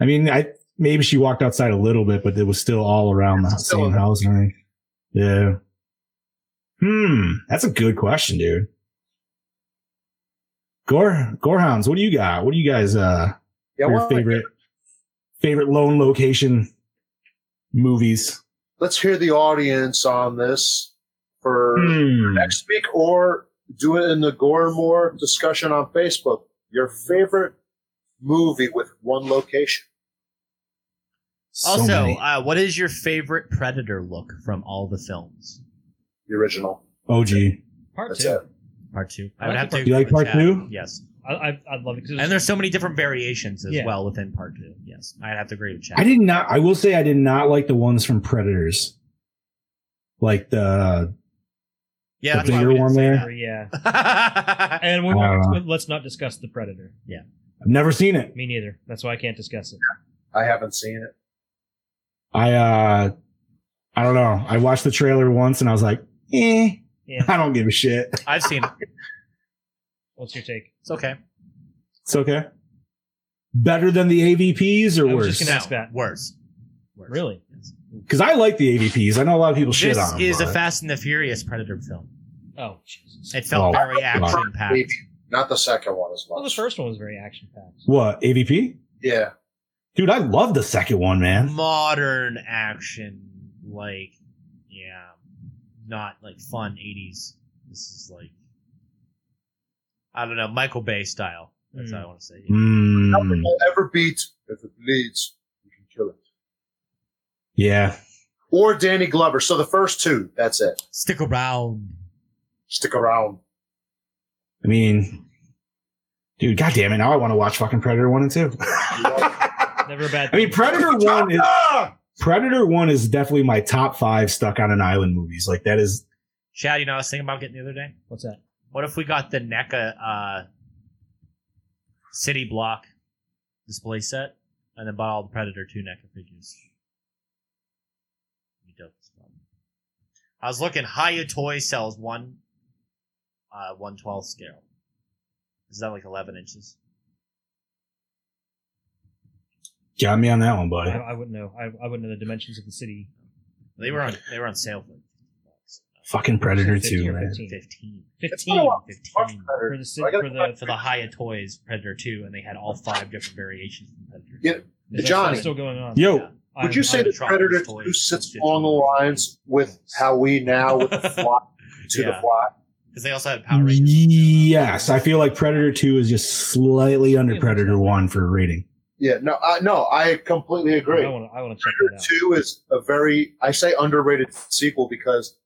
Speaker 6: I mean, I maybe she walked outside a little bit, but it was still all around the same house. and everything. Yeah. Hmm. That's a good question, dude. Gore Gorehounds, what do you got? What do you guys uh
Speaker 7: Yeah,
Speaker 6: your
Speaker 7: well, uh, I-
Speaker 6: favorite favorite lone location movies?
Speaker 7: Let's hear the audience on this for
Speaker 6: Hmm.
Speaker 7: next week or do it in the Gore and More discussion on Facebook. Your favorite movie with one location.
Speaker 4: also, uh, what is your favorite Predator look from all the films?
Speaker 7: The original.
Speaker 6: OG.
Speaker 5: Part
Speaker 7: That's
Speaker 5: two.
Speaker 7: it.
Speaker 4: Part two.
Speaker 5: I
Speaker 4: I would
Speaker 5: like
Speaker 4: have
Speaker 5: the
Speaker 4: to.
Speaker 5: part- You like
Speaker 4: agree with
Speaker 6: part
Speaker 4: that.
Speaker 6: two?
Speaker 4: Yes.
Speaker 5: I, I, I love it because
Speaker 4: And there's so many different variations as
Speaker 5: Yeah.
Speaker 4: well within part two. Yes, I'd have to agree with Chad.
Speaker 6: I did not. I will say I did not like the ones from Predators, like the
Speaker 4: Yeah,
Speaker 6: the bigger one there.
Speaker 5: Yeah. and we
Speaker 6: Wow.
Speaker 5: let's not discuss the Predator.
Speaker 4: Yeah.
Speaker 6: I've never seen it.
Speaker 5: Me neither. That's why I can't discuss it.
Speaker 7: I haven't seen it.
Speaker 6: I uh, I don't know. I watched the trailer once and I was like, eh, I don't give a shit.
Speaker 4: I've seen it.
Speaker 5: What's your take?
Speaker 4: It's okay.
Speaker 6: It's okay. Better than the AVPs or
Speaker 5: I was
Speaker 6: worse?
Speaker 5: just gonna ask that.
Speaker 4: Worse.
Speaker 5: Really?
Speaker 6: Because I like the AVPs. I know a lot of people shit
Speaker 4: This
Speaker 6: on. 'em,
Speaker 4: is a
Speaker 6: but-
Speaker 4: Fast and the Furious Predator film.
Speaker 5: Oh,
Speaker 4: It felt
Speaker 6: Oh,
Speaker 4: very
Speaker 6: God.
Speaker 4: action packed.
Speaker 7: Not the second one as much.
Speaker 5: Well, the first one was very action packed.
Speaker 6: What AVP?
Speaker 7: Yeah.
Speaker 6: Dude, I love the second one, man.
Speaker 4: Modern action, like, yeah, not like fun 80s. This is like, I don't know, Michael Bay style. That's
Speaker 5: Hmm.
Speaker 4: what I want to say.
Speaker 6: Mm,
Speaker 7: will ever beat if it bleeds, you can kill it.
Speaker 6: yeah.
Speaker 7: Or Danny Glover. So the first two, that's it.
Speaker 4: Stick around.
Speaker 7: Stick around.
Speaker 6: I mean, dude, goddamn it! Now I want to watch fucking Predator one and two.
Speaker 5: Never a bad.
Speaker 6: I mean, Predator
Speaker 5: Chewbacca!
Speaker 6: One is Predator One is definitely my top five stuck on an island movies. Like that is
Speaker 4: Chad, you know, what I was thinking about getting the other day.
Speaker 5: What's that?
Speaker 4: What if we got the NECA uh, city block display set and then bought all the Predator 2 NECA figures? Be dope as fuck. I was looking. Hiya Toy sells one uh, one twelfth scale. Is that like eleven inches?
Speaker 6: got me on that one,
Speaker 5: I,
Speaker 6: buddy.
Speaker 5: I wouldn't know. I, I wouldn't know the dimensions of the city.
Speaker 4: They were on they were on sale for
Speaker 6: Fucking Predator Two,
Speaker 5: 15 or
Speaker 6: man.
Speaker 5: 15.
Speaker 4: 15.
Speaker 5: Fifteen.
Speaker 4: for the, city, for the for the Hiya Toys Predator 2, and they had all five different variations from Predator.
Speaker 7: Yeah,
Speaker 4: 2.
Speaker 7: Is that Johnny.
Speaker 5: still going on?
Speaker 6: Yo,
Speaker 7: Would you say
Speaker 4: I'm
Speaker 7: that
Speaker 4: trying
Speaker 7: Predator
Speaker 4: to toy
Speaker 7: 2 sits along the lines with how we now with the fly to the
Speaker 4: Yeah.
Speaker 7: fly?
Speaker 4: Because they also had Power Rangers. uh,
Speaker 6: Yes, I feel like Predator Two is just slightly under Predator One for rating.
Speaker 7: Yeah, no, I, no, I completely agree.
Speaker 5: I want to. I want to check
Speaker 7: Predator
Speaker 5: that out.
Speaker 7: Two is a very I say underrated sequel because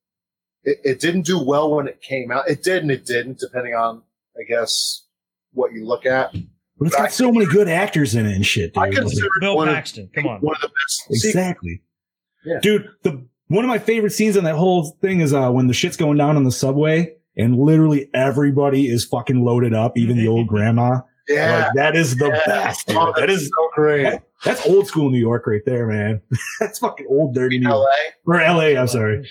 Speaker 7: it, it didn't do well when it came out. It did and it didn't, depending on I guess what you look at.
Speaker 6: But it's got so many good actors in it and shit, dude.
Speaker 7: I consider it
Speaker 5: Bill
Speaker 7: one of-
Speaker 5: Paxton. Come on.
Speaker 7: one of the best sequels.
Speaker 6: Exactly.
Speaker 7: Yeah.
Speaker 6: Dude, the one of my favorite scenes on that whole thing is uh when the shit's going down on the subway and literally everybody is fucking loaded up, even the old grandma.
Speaker 7: Yeah.
Speaker 6: Like, that is the
Speaker 7: Yeah.
Speaker 6: best. dude.
Speaker 7: Oh,
Speaker 6: that
Speaker 7: that's
Speaker 6: is
Speaker 7: so great.
Speaker 6: that- that's old school New York right there, man. that's fucking old dirty New
Speaker 7: LA.
Speaker 6: York. Or LA, I'm sorry.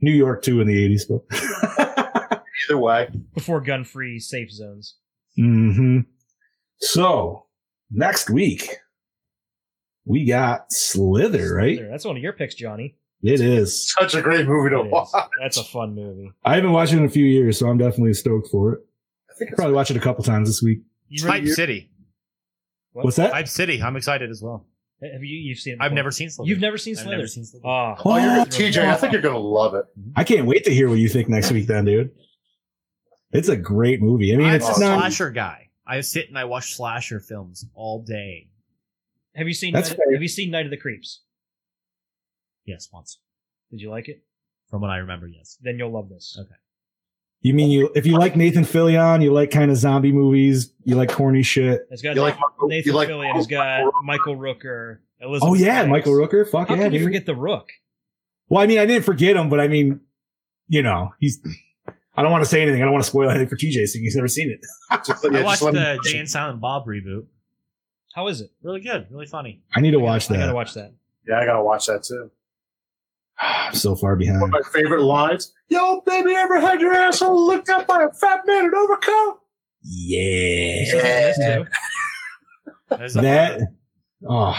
Speaker 6: New York too in the 80s, but
Speaker 7: Either way.
Speaker 5: Before gun-free safe zones.
Speaker 6: hmm So next week we got Slither, right?
Speaker 5: There, That's one of your picks, Johnny.
Speaker 6: It is.
Speaker 7: Such a great movie
Speaker 5: It
Speaker 7: to watch.
Speaker 5: is. That's a fun movie.
Speaker 6: I haven't watched it in a few years, so I'm definitely stoked for it.
Speaker 7: I think it's
Speaker 6: Probably watch it a couple times this week.
Speaker 5: You
Speaker 4: Type
Speaker 5: really,
Speaker 4: City.
Speaker 5: What?
Speaker 6: What's that?
Speaker 4: Type City. I'm excited as well.
Speaker 5: have you? You've seen? It
Speaker 4: I've
Speaker 5: before.
Speaker 4: never seen Slither.
Speaker 5: You've never seen
Speaker 4: I've
Speaker 5: Slither.
Speaker 4: never seen Slither.
Speaker 5: Ah,
Speaker 6: Oh, you're
Speaker 5: you're
Speaker 7: TJ, I think you're gonna love it.
Speaker 6: I can't wait to hear what you think next week, then, dude. It's a great movie. I mean,
Speaker 4: I'm
Speaker 6: it's
Speaker 4: a
Speaker 6: not.
Speaker 4: slasher guy. I sit and I watch slasher films all day.
Speaker 5: Have you seen? Night,
Speaker 6: That's fair.
Speaker 5: have you seen Night of the Creeps?
Speaker 4: Yes, once.
Speaker 5: Did you like it?
Speaker 4: From what I remember, yes.
Speaker 5: Then you'll love this.
Speaker 4: Okay.
Speaker 6: You mean you? If you like Nathan Fillion, you like kind of zombie movies, you like corny shit.
Speaker 5: It's got
Speaker 7: You like
Speaker 5: Nathan,
Speaker 7: Michael-
Speaker 5: Nathan
Speaker 7: you like
Speaker 5: Fillion. It's got Michael Rooker. Elizabeth
Speaker 6: Oh yeah,
Speaker 5: Banks.
Speaker 6: Michael Rooker. Fuck
Speaker 5: How
Speaker 6: yeah,
Speaker 5: can you
Speaker 6: dude.
Speaker 5: forget the Rook?
Speaker 6: Well, I mean, I didn't forget him, but I mean, you know, he's. I don't want to say anything. I don't want to spoil anything for TJ, since he's never seen it.
Speaker 7: Just- yeah,
Speaker 4: I
Speaker 7: just
Speaker 4: watched
Speaker 7: let me-
Speaker 4: the Uh, Jay and Silent Bob reboot.
Speaker 5: How is it?
Speaker 4: Really good. Really funny.
Speaker 6: I need to watch
Speaker 5: I gotta
Speaker 6: that.
Speaker 5: watch that.
Speaker 7: Yeah, I gotta watch that too.
Speaker 6: I'm so far
Speaker 7: One
Speaker 6: behind.
Speaker 7: of my favorite lines. Yo, baby, ever had your asshole licked up by a fat man in overcoat?
Speaker 6: Yeah.
Speaker 5: This too.
Speaker 4: There's a-
Speaker 6: That. Oh,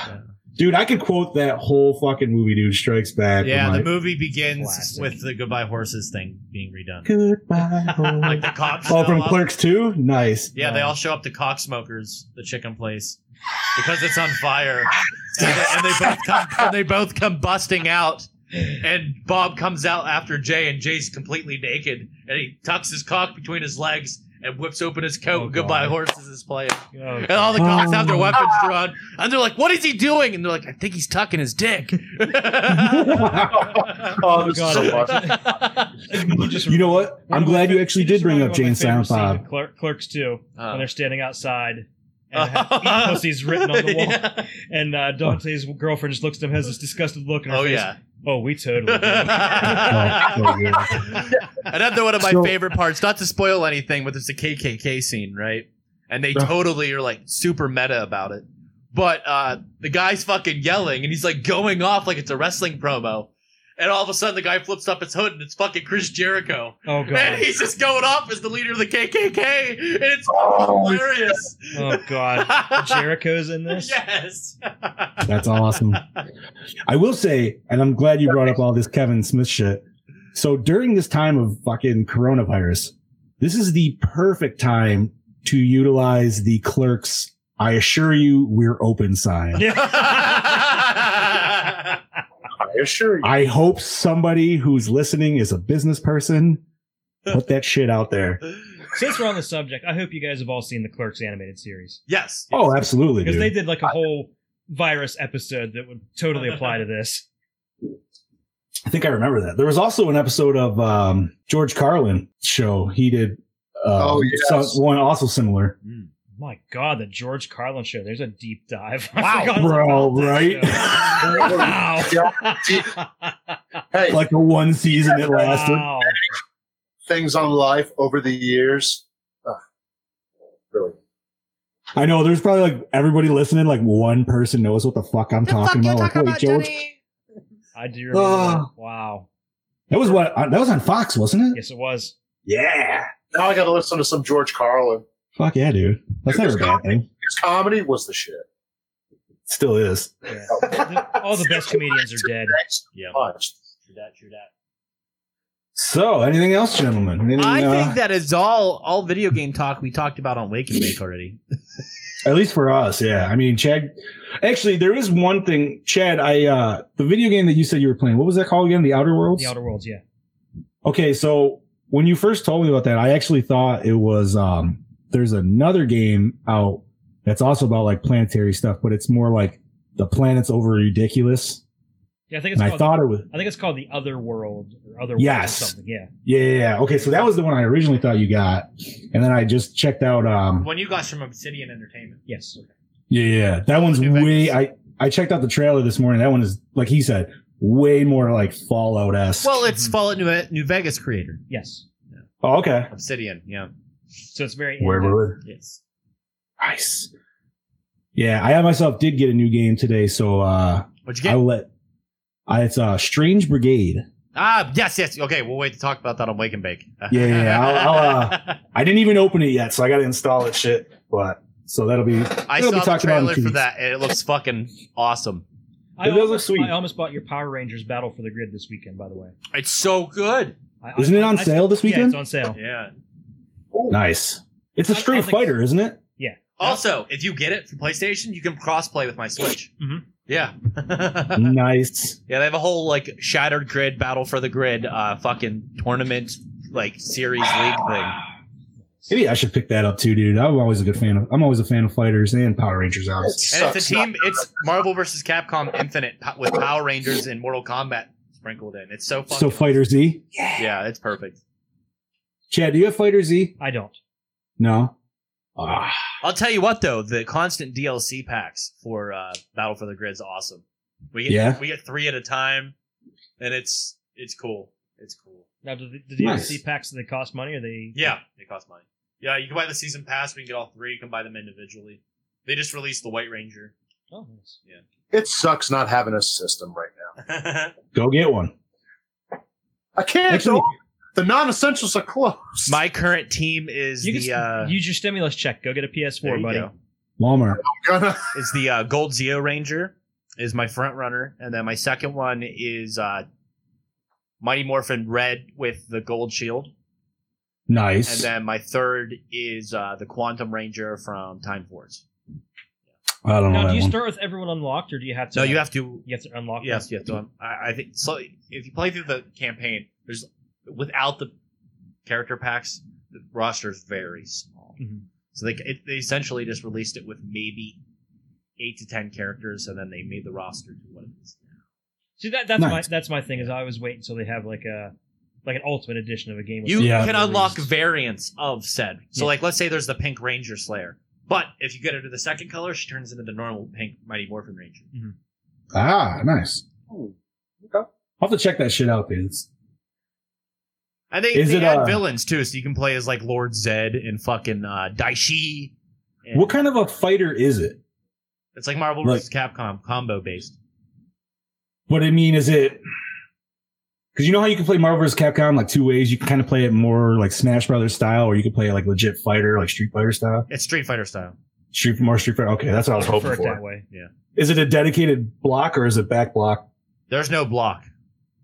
Speaker 6: dude, I could quote that whole fucking movie, dude. Strikes Back.
Speaker 4: yeah,
Speaker 6: Like,
Speaker 4: the movie begins
Speaker 5: Classic.
Speaker 4: with the Goodbye Horses thing being redone.
Speaker 6: Goodbye.
Speaker 4: like
Speaker 6: home.
Speaker 4: the cops. show
Speaker 6: oh, from
Speaker 4: up.
Speaker 6: Clerks 2? Nice.
Speaker 4: Yeah, they all show up to Cocksmokers, the chicken place, because it's on fire, and they, and they both come, and they both come busting out. And Bob comes out after Jay, and Jay's completely naked, and he tucks his cock between his legs and whips open his coat.
Speaker 5: Oh,
Speaker 4: and Goodbye
Speaker 5: God.
Speaker 4: Horses is playing,
Speaker 5: Oh,
Speaker 4: and all the cops
Speaker 6: Oh.
Speaker 4: have their weapons drawn, and they're like, "What is he doing?" And they're like, "I think he's tucking his dick."
Speaker 7: Oh, this is so
Speaker 5: God,
Speaker 7: much.
Speaker 5: you, just-
Speaker 6: You know what? I'm glad you actually did
Speaker 5: just
Speaker 6: bring
Speaker 5: reminded
Speaker 6: up
Speaker 5: me
Speaker 6: Jane
Speaker 5: of my favorite
Speaker 6: Silent
Speaker 5: scene in
Speaker 6: Bob.
Speaker 5: Clerk, Clerks too,
Speaker 4: Oh.
Speaker 5: when they're standing outside and have eat pussies written on the wall,
Speaker 4: Yeah.
Speaker 5: and uh, Dante's girlfriend just looks at him, has this disgusted look in her
Speaker 4: Oh
Speaker 5: face.
Speaker 4: yeah.
Speaker 5: Oh, we totally.
Speaker 6: Oh, so good.
Speaker 4: Another one of my
Speaker 6: So-
Speaker 4: favorite parts, not to spoil anything, but there's a KKK scene, right? And they
Speaker 6: Yeah.
Speaker 4: totally are like super meta about it. But uh, the guy's fucking yelling and he's like going off like it's a wrestling promo. And all of a sudden the guy flips up his hood and it's fucking Chris Jericho.
Speaker 5: oh god.
Speaker 4: And he's just going off as the leader of the KKK. And it's
Speaker 7: Oh,
Speaker 4: hilarious.
Speaker 5: Oh god. Jericho's in this.
Speaker 4: yes.
Speaker 6: That's awesome. I will say, and I'm glad you brought up all this Kevin Smith shit. So during this time of fucking coronavirus, this is the perfect time to utilize the clerks. I assure you, we're open sign.
Speaker 7: I assure you.
Speaker 6: I hope somebody who's listening is a business person. Put that shit out there.
Speaker 5: Since we're on the subject, I hope you guys have all seen the Clerks animated series
Speaker 4: yes.
Speaker 6: Oh, absolutely.
Speaker 5: because they
Speaker 6: Dude.
Speaker 5: did like a whole virus episode that would totally apply to this.
Speaker 6: I think I remember that. There was also an episode of um, George Carlin show. He did uh,
Speaker 7: Oh, yes.
Speaker 6: some- one also similar.
Speaker 5: My God, the George Carlin show. There's a deep dive. I
Speaker 6: Wow,
Speaker 5: forgot
Speaker 6: bro,
Speaker 5: about this
Speaker 6: right?
Speaker 5: show. wow.
Speaker 6: like a one season it lasted.
Speaker 5: Wow.
Speaker 7: Things on life over the years. Ugh. Really.
Speaker 6: I know there's probably like everybody listening, like one person knows what the fuck I'm talking about. Like, wait, George,
Speaker 5: I do remember.
Speaker 6: Ah.
Speaker 5: that. Wow.
Speaker 6: that was what uh, that was on Fox, wasn't it?
Speaker 5: Yes, it was.
Speaker 6: Yeah.
Speaker 7: Now I got to listen to some George Carlin.
Speaker 6: Fuck yeah, dude. That's never a bad thing.
Speaker 7: His comedy was the shit. Oh,
Speaker 6: Still is.
Speaker 5: Yeah. The- All the best comedians are dead.
Speaker 4: Yeah.
Speaker 7: Much.
Speaker 4: True that, true that.
Speaker 6: So, anything else, gentlemen? Anything,
Speaker 4: I
Speaker 6: uh,
Speaker 4: think that is all all video game talk we talked about on Wake and Bake already.
Speaker 6: At least for us, yeah. I mean, Chad. Actually, there is one thing, Chad. I uh the video game that you said you were playing. What was that called again? The Outer Worlds.
Speaker 5: The Outer Worlds, yeah.
Speaker 6: Okay, so when you first told me about that, I actually thought it was um there's another game out that's also about like planetary stuff, but it's more like the planets over ridiculous.
Speaker 5: Yeah, I think it's
Speaker 6: And I
Speaker 5: called
Speaker 6: thought it was
Speaker 5: I think it's called the Other World or Other
Speaker 6: Yes.
Speaker 5: World or something. Yeah.
Speaker 6: yeah, yeah, yeah. Okay, so that was the one I originally thought you got. And then I just checked out um
Speaker 4: When you got from Obsidian Entertainment.
Speaker 5: Yes.
Speaker 6: Yeah, yeah. That one's way I I checked out the trailer this morning. That one is like he said, way more like Fallout esque.
Speaker 4: Well, it's Fallout New, New Vegas creator.
Speaker 5: Yes.
Speaker 6: oh, okay.
Speaker 4: Obsidian, yeah.
Speaker 5: So it's very
Speaker 6: Where were
Speaker 4: Yes.
Speaker 6: Nice. Yeah, I myself did get a new game today, so uh
Speaker 4: What'd you get?
Speaker 6: I let I, it's uh Strange Brigade.
Speaker 4: Ah, yes, yes. Okay, we'll wait to talk about that on Wake and Bake.
Speaker 6: Yeah, yeah, yeah. I'll, I'll, uh, I didn't even open it yet, so I got to install it. Shit, but so that'll be.
Speaker 4: I
Speaker 6: that'll be
Speaker 4: saw the
Speaker 6: talked about in
Speaker 4: trailer
Speaker 6: two
Speaker 4: for
Speaker 6: weeks.
Speaker 4: that, and it looks fucking awesome.
Speaker 5: I
Speaker 6: It does look
Speaker 5: almost,
Speaker 6: sweet.
Speaker 5: I almost bought your Power Rangers Battle for the Grid this weekend, by the way.
Speaker 4: It's so good.
Speaker 5: I,
Speaker 6: Isn't
Speaker 5: I-
Speaker 6: it on
Speaker 5: I- I-
Speaker 6: sale this
Speaker 5: Yeah,
Speaker 6: weekend?
Speaker 5: it's on sale.
Speaker 4: Yeah.
Speaker 6: Nice. It's a
Speaker 5: I- I
Speaker 6: Street
Speaker 5: think-
Speaker 6: Fighter, isn't it?
Speaker 5: Yeah.
Speaker 4: Also, if you get it for PlayStation, you can cross-play with my Switch.
Speaker 5: Mhm.
Speaker 4: Yeah.
Speaker 5: Uh-huh.
Speaker 4: yeah,
Speaker 6: nice.
Speaker 4: they have a whole, like, Shattered Grid Battle for the Grid uh, fucking tournament, like, series league thing.
Speaker 6: Maybe I should pick that up too, dude. I'm always a good fan of. I'm always a fan of fighters and Power Rangers. Obviously.
Speaker 4: And it's a team. It's Marvel versus Capcom Infinite po- with Power Rangers and Mortal Kombat sprinkled in. It's so fucking.
Speaker 6: So Fighter Z.
Speaker 4: yeah, it's perfect.
Speaker 6: Chad, do you have Fighter Z?
Speaker 5: I don't.
Speaker 6: No. Ah,
Speaker 4: I'll tell you what though, the constant DLC packs for uh, Battle for the Grid's awesome. We get
Speaker 6: Yeah.
Speaker 4: we get three at a time, and it's it's cool. It's cool.
Speaker 5: Now, do the, do the
Speaker 6: Nice.
Speaker 5: DLC packs do they cost money? Or they?
Speaker 4: Yeah, they cost money. Yeah, you can buy the season pass. We can get all three. You can buy them individually. They just released the White Ranger.
Speaker 5: Oh, nice.
Speaker 7: It sucks not having a system right now.
Speaker 6: go get one.
Speaker 7: I can't.
Speaker 6: Actually-
Speaker 7: though. the non-essentials are closed.
Speaker 4: My current team is
Speaker 5: You can
Speaker 4: the
Speaker 5: s-
Speaker 4: uh,
Speaker 5: Use your stimulus check. Go get a
Speaker 4: there
Speaker 5: PS4,
Speaker 4: you
Speaker 5: buddy.
Speaker 4: go.
Speaker 6: Walmart.
Speaker 7: I'm gonna.
Speaker 4: is the uh, Gold Zeo Ranger is my front runner, and then my second one is uh, Mighty Morphin Red with the gold shield, and
Speaker 6: Nice.
Speaker 4: then my third is uh, the Quantum Ranger from Time Force.
Speaker 6: I don't
Speaker 5: Now,
Speaker 6: know that
Speaker 5: uh, do you
Speaker 6: one.
Speaker 5: start with everyone unlocked, or do you have to?
Speaker 4: No, you have to.
Speaker 5: You have to unlock.
Speaker 4: Yes,
Speaker 5: them?
Speaker 4: you have to. I, I think so. If you play through the campaign, there's without the character packs, the roster's very small.
Speaker 5: Mhm.
Speaker 4: So they it, they essentially just released it with maybe eight to ten characters, and then they made the roster to what it is.
Speaker 5: See that that's my
Speaker 6: Nice.
Speaker 5: that's my thing is I always wait until they have like a like an ultimate edition of a game. with
Speaker 4: You
Speaker 6: Yeah.
Speaker 4: can
Speaker 5: released.
Speaker 4: unlock variants of said. So,
Speaker 5: Yeah.
Speaker 4: like, let's say there's the pink Ranger Slayer, but if you get her to the second color, she turns into the normal pink Mighty Morphin Ranger.
Speaker 6: Ah, nice.
Speaker 7: Ooh,
Speaker 6: I'll have to check that shit out, dude. It's-
Speaker 4: And they,
Speaker 6: Is
Speaker 4: they
Speaker 6: it,
Speaker 4: add
Speaker 6: uh,
Speaker 4: villains too, so you can play as like Lord Zed and fucking uh, Daishi. And
Speaker 6: What kind of a fighter is it?
Speaker 4: It's like Marvel
Speaker 6: Like-
Speaker 4: vs. Capcom combo based.
Speaker 6: But I mean, is it? Because you know how you can play Marvel vs. Capcom like two ways. You can kind of play it more like Smash Brothers style, or you can play it like legit fighter, like Street Fighter style.
Speaker 4: It's Street Fighter style.
Speaker 6: Street more Street Fighter. Okay, that's what I was
Speaker 5: I prefer
Speaker 6: hoping
Speaker 5: it that
Speaker 6: for.
Speaker 5: way.
Speaker 6: Is it a dedicated block or is it back block?
Speaker 4: There's no block.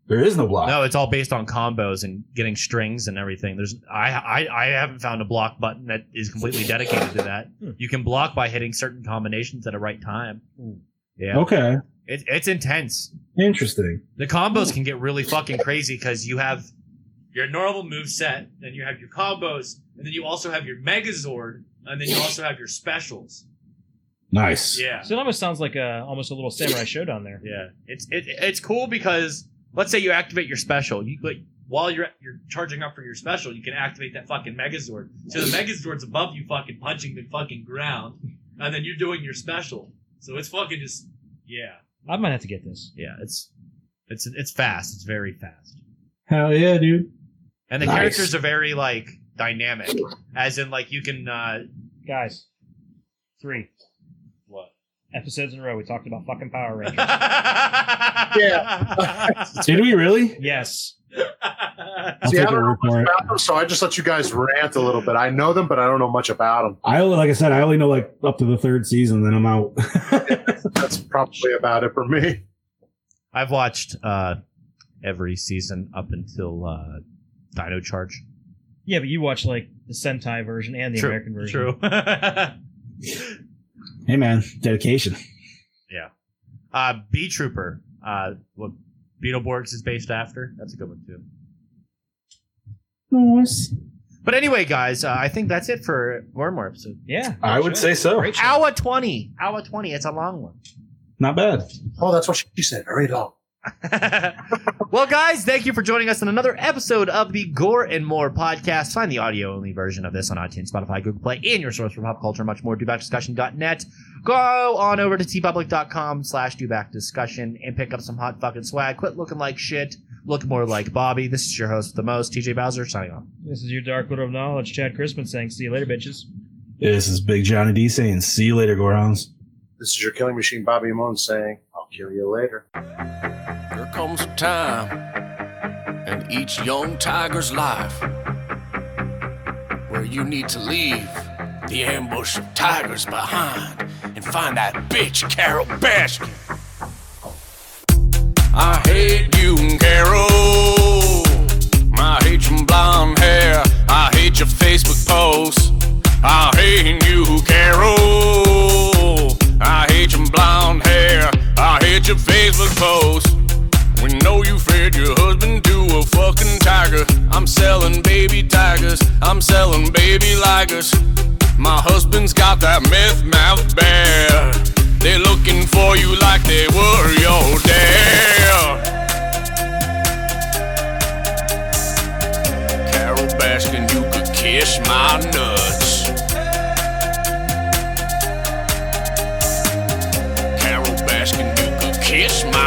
Speaker 6: There is no block.
Speaker 4: No, it's all based on combos and getting strings and everything. There's I I, I haven't found a block button that is completely dedicated to that.
Speaker 5: Hmm.
Speaker 4: You can block by hitting certain combinations at a right time.
Speaker 5: Ooh.
Speaker 4: Yeah.
Speaker 6: Okay,
Speaker 4: It, it's intense.
Speaker 6: interesting.
Speaker 4: The combos can get really fucking crazy because you have your normal move set, then you have your combos, and then you also have your Megazord, and then you also have your specials.
Speaker 6: Nice.
Speaker 4: Yeah,
Speaker 5: So it almost sounds like a almost a little samurai showdown there.
Speaker 4: yeah. It's it, it's cool because let's say you activate your special, you like while you're you're charging up for your special, you can activate that fucking Megazord. So the Megazord's above you, fucking punching the fucking ground, and then you're doing your special. So it's fucking just yeah.
Speaker 5: I might have to get this.
Speaker 4: Yeah, it's it's it's fast. It's very fast.
Speaker 6: Hell yeah, dude.
Speaker 4: And the
Speaker 6: Nice.
Speaker 4: characters are very like dynamic. As in like you can uh
Speaker 5: Guys, three
Speaker 4: what?
Speaker 5: episodes in a row, we talked about fucking Power Rangers.
Speaker 4: yeah.
Speaker 6: Did we really?
Speaker 5: yes.
Speaker 6: I'll
Speaker 7: See,
Speaker 6: take
Speaker 7: I don't
Speaker 6: your
Speaker 7: know
Speaker 6: word for
Speaker 7: much
Speaker 6: it.
Speaker 7: about them, so I just let you guys rant a little bit. I know them, but I don't know much about them.
Speaker 6: I only, like I said, I only know like up to the third season, then I'm out.
Speaker 7: That's probably about it for me.
Speaker 4: I've watched uh every season up until uh Dino Charge.
Speaker 5: Yeah, but you watch like the Sentai version and the American version.
Speaker 4: True.
Speaker 6: hey man, dedication.
Speaker 4: yeah. Uh B Trooper. Uh what Beetleborgs is based after. That's a good one too.
Speaker 6: Nice.
Speaker 4: But anyway, guys, uh, I think that's it for one more episode.
Speaker 5: Yeah.
Speaker 6: I would say so.
Speaker 4: Hour twenty. Hour twenty. It's a long one.
Speaker 6: Not bad.
Speaker 7: Oh, that's what she said. Very long.
Speaker 4: well, guys, thank you for joining us on another episode of the Gore and More podcast. Find the audio only version of this on iTunes, Spotify, Google Play, and your source for pop culture and much more. DoBackDiscussion.net. Go on over to tpublic.com slash DoBackDiscussion and pick up some hot fucking swag. Quit looking like shit. Look more like Bobby. This is your host with the most, TJ Bowser, signing off.
Speaker 5: This is your Dark Widow of Knowledge, Chad Crispin saying, see you later, bitches.
Speaker 6: This is Big Johnny D saying, see you later, Gorons.
Speaker 7: This is your killing machine, Bobby Moon, saying, I'll kill you later.
Speaker 12: There comes a time in each young tiger's life where you need to leave the ambush of tigers behind and find that bitch, Carol Baskin. I hate you, Carol. I hate your blonde hair. I hate your Facebook posts. I hate you, Carol. I hate your blonde hair. I hate your Facebook posts. We know you fed your husband to a fucking tiger. I'm selling baby tigers. I'm selling baby ligers. My husband's got that meth mouth bear. They're looking for you like they were your dad. Carol Baskin, you could kiss my nuts. Carol Baskin, you could kiss my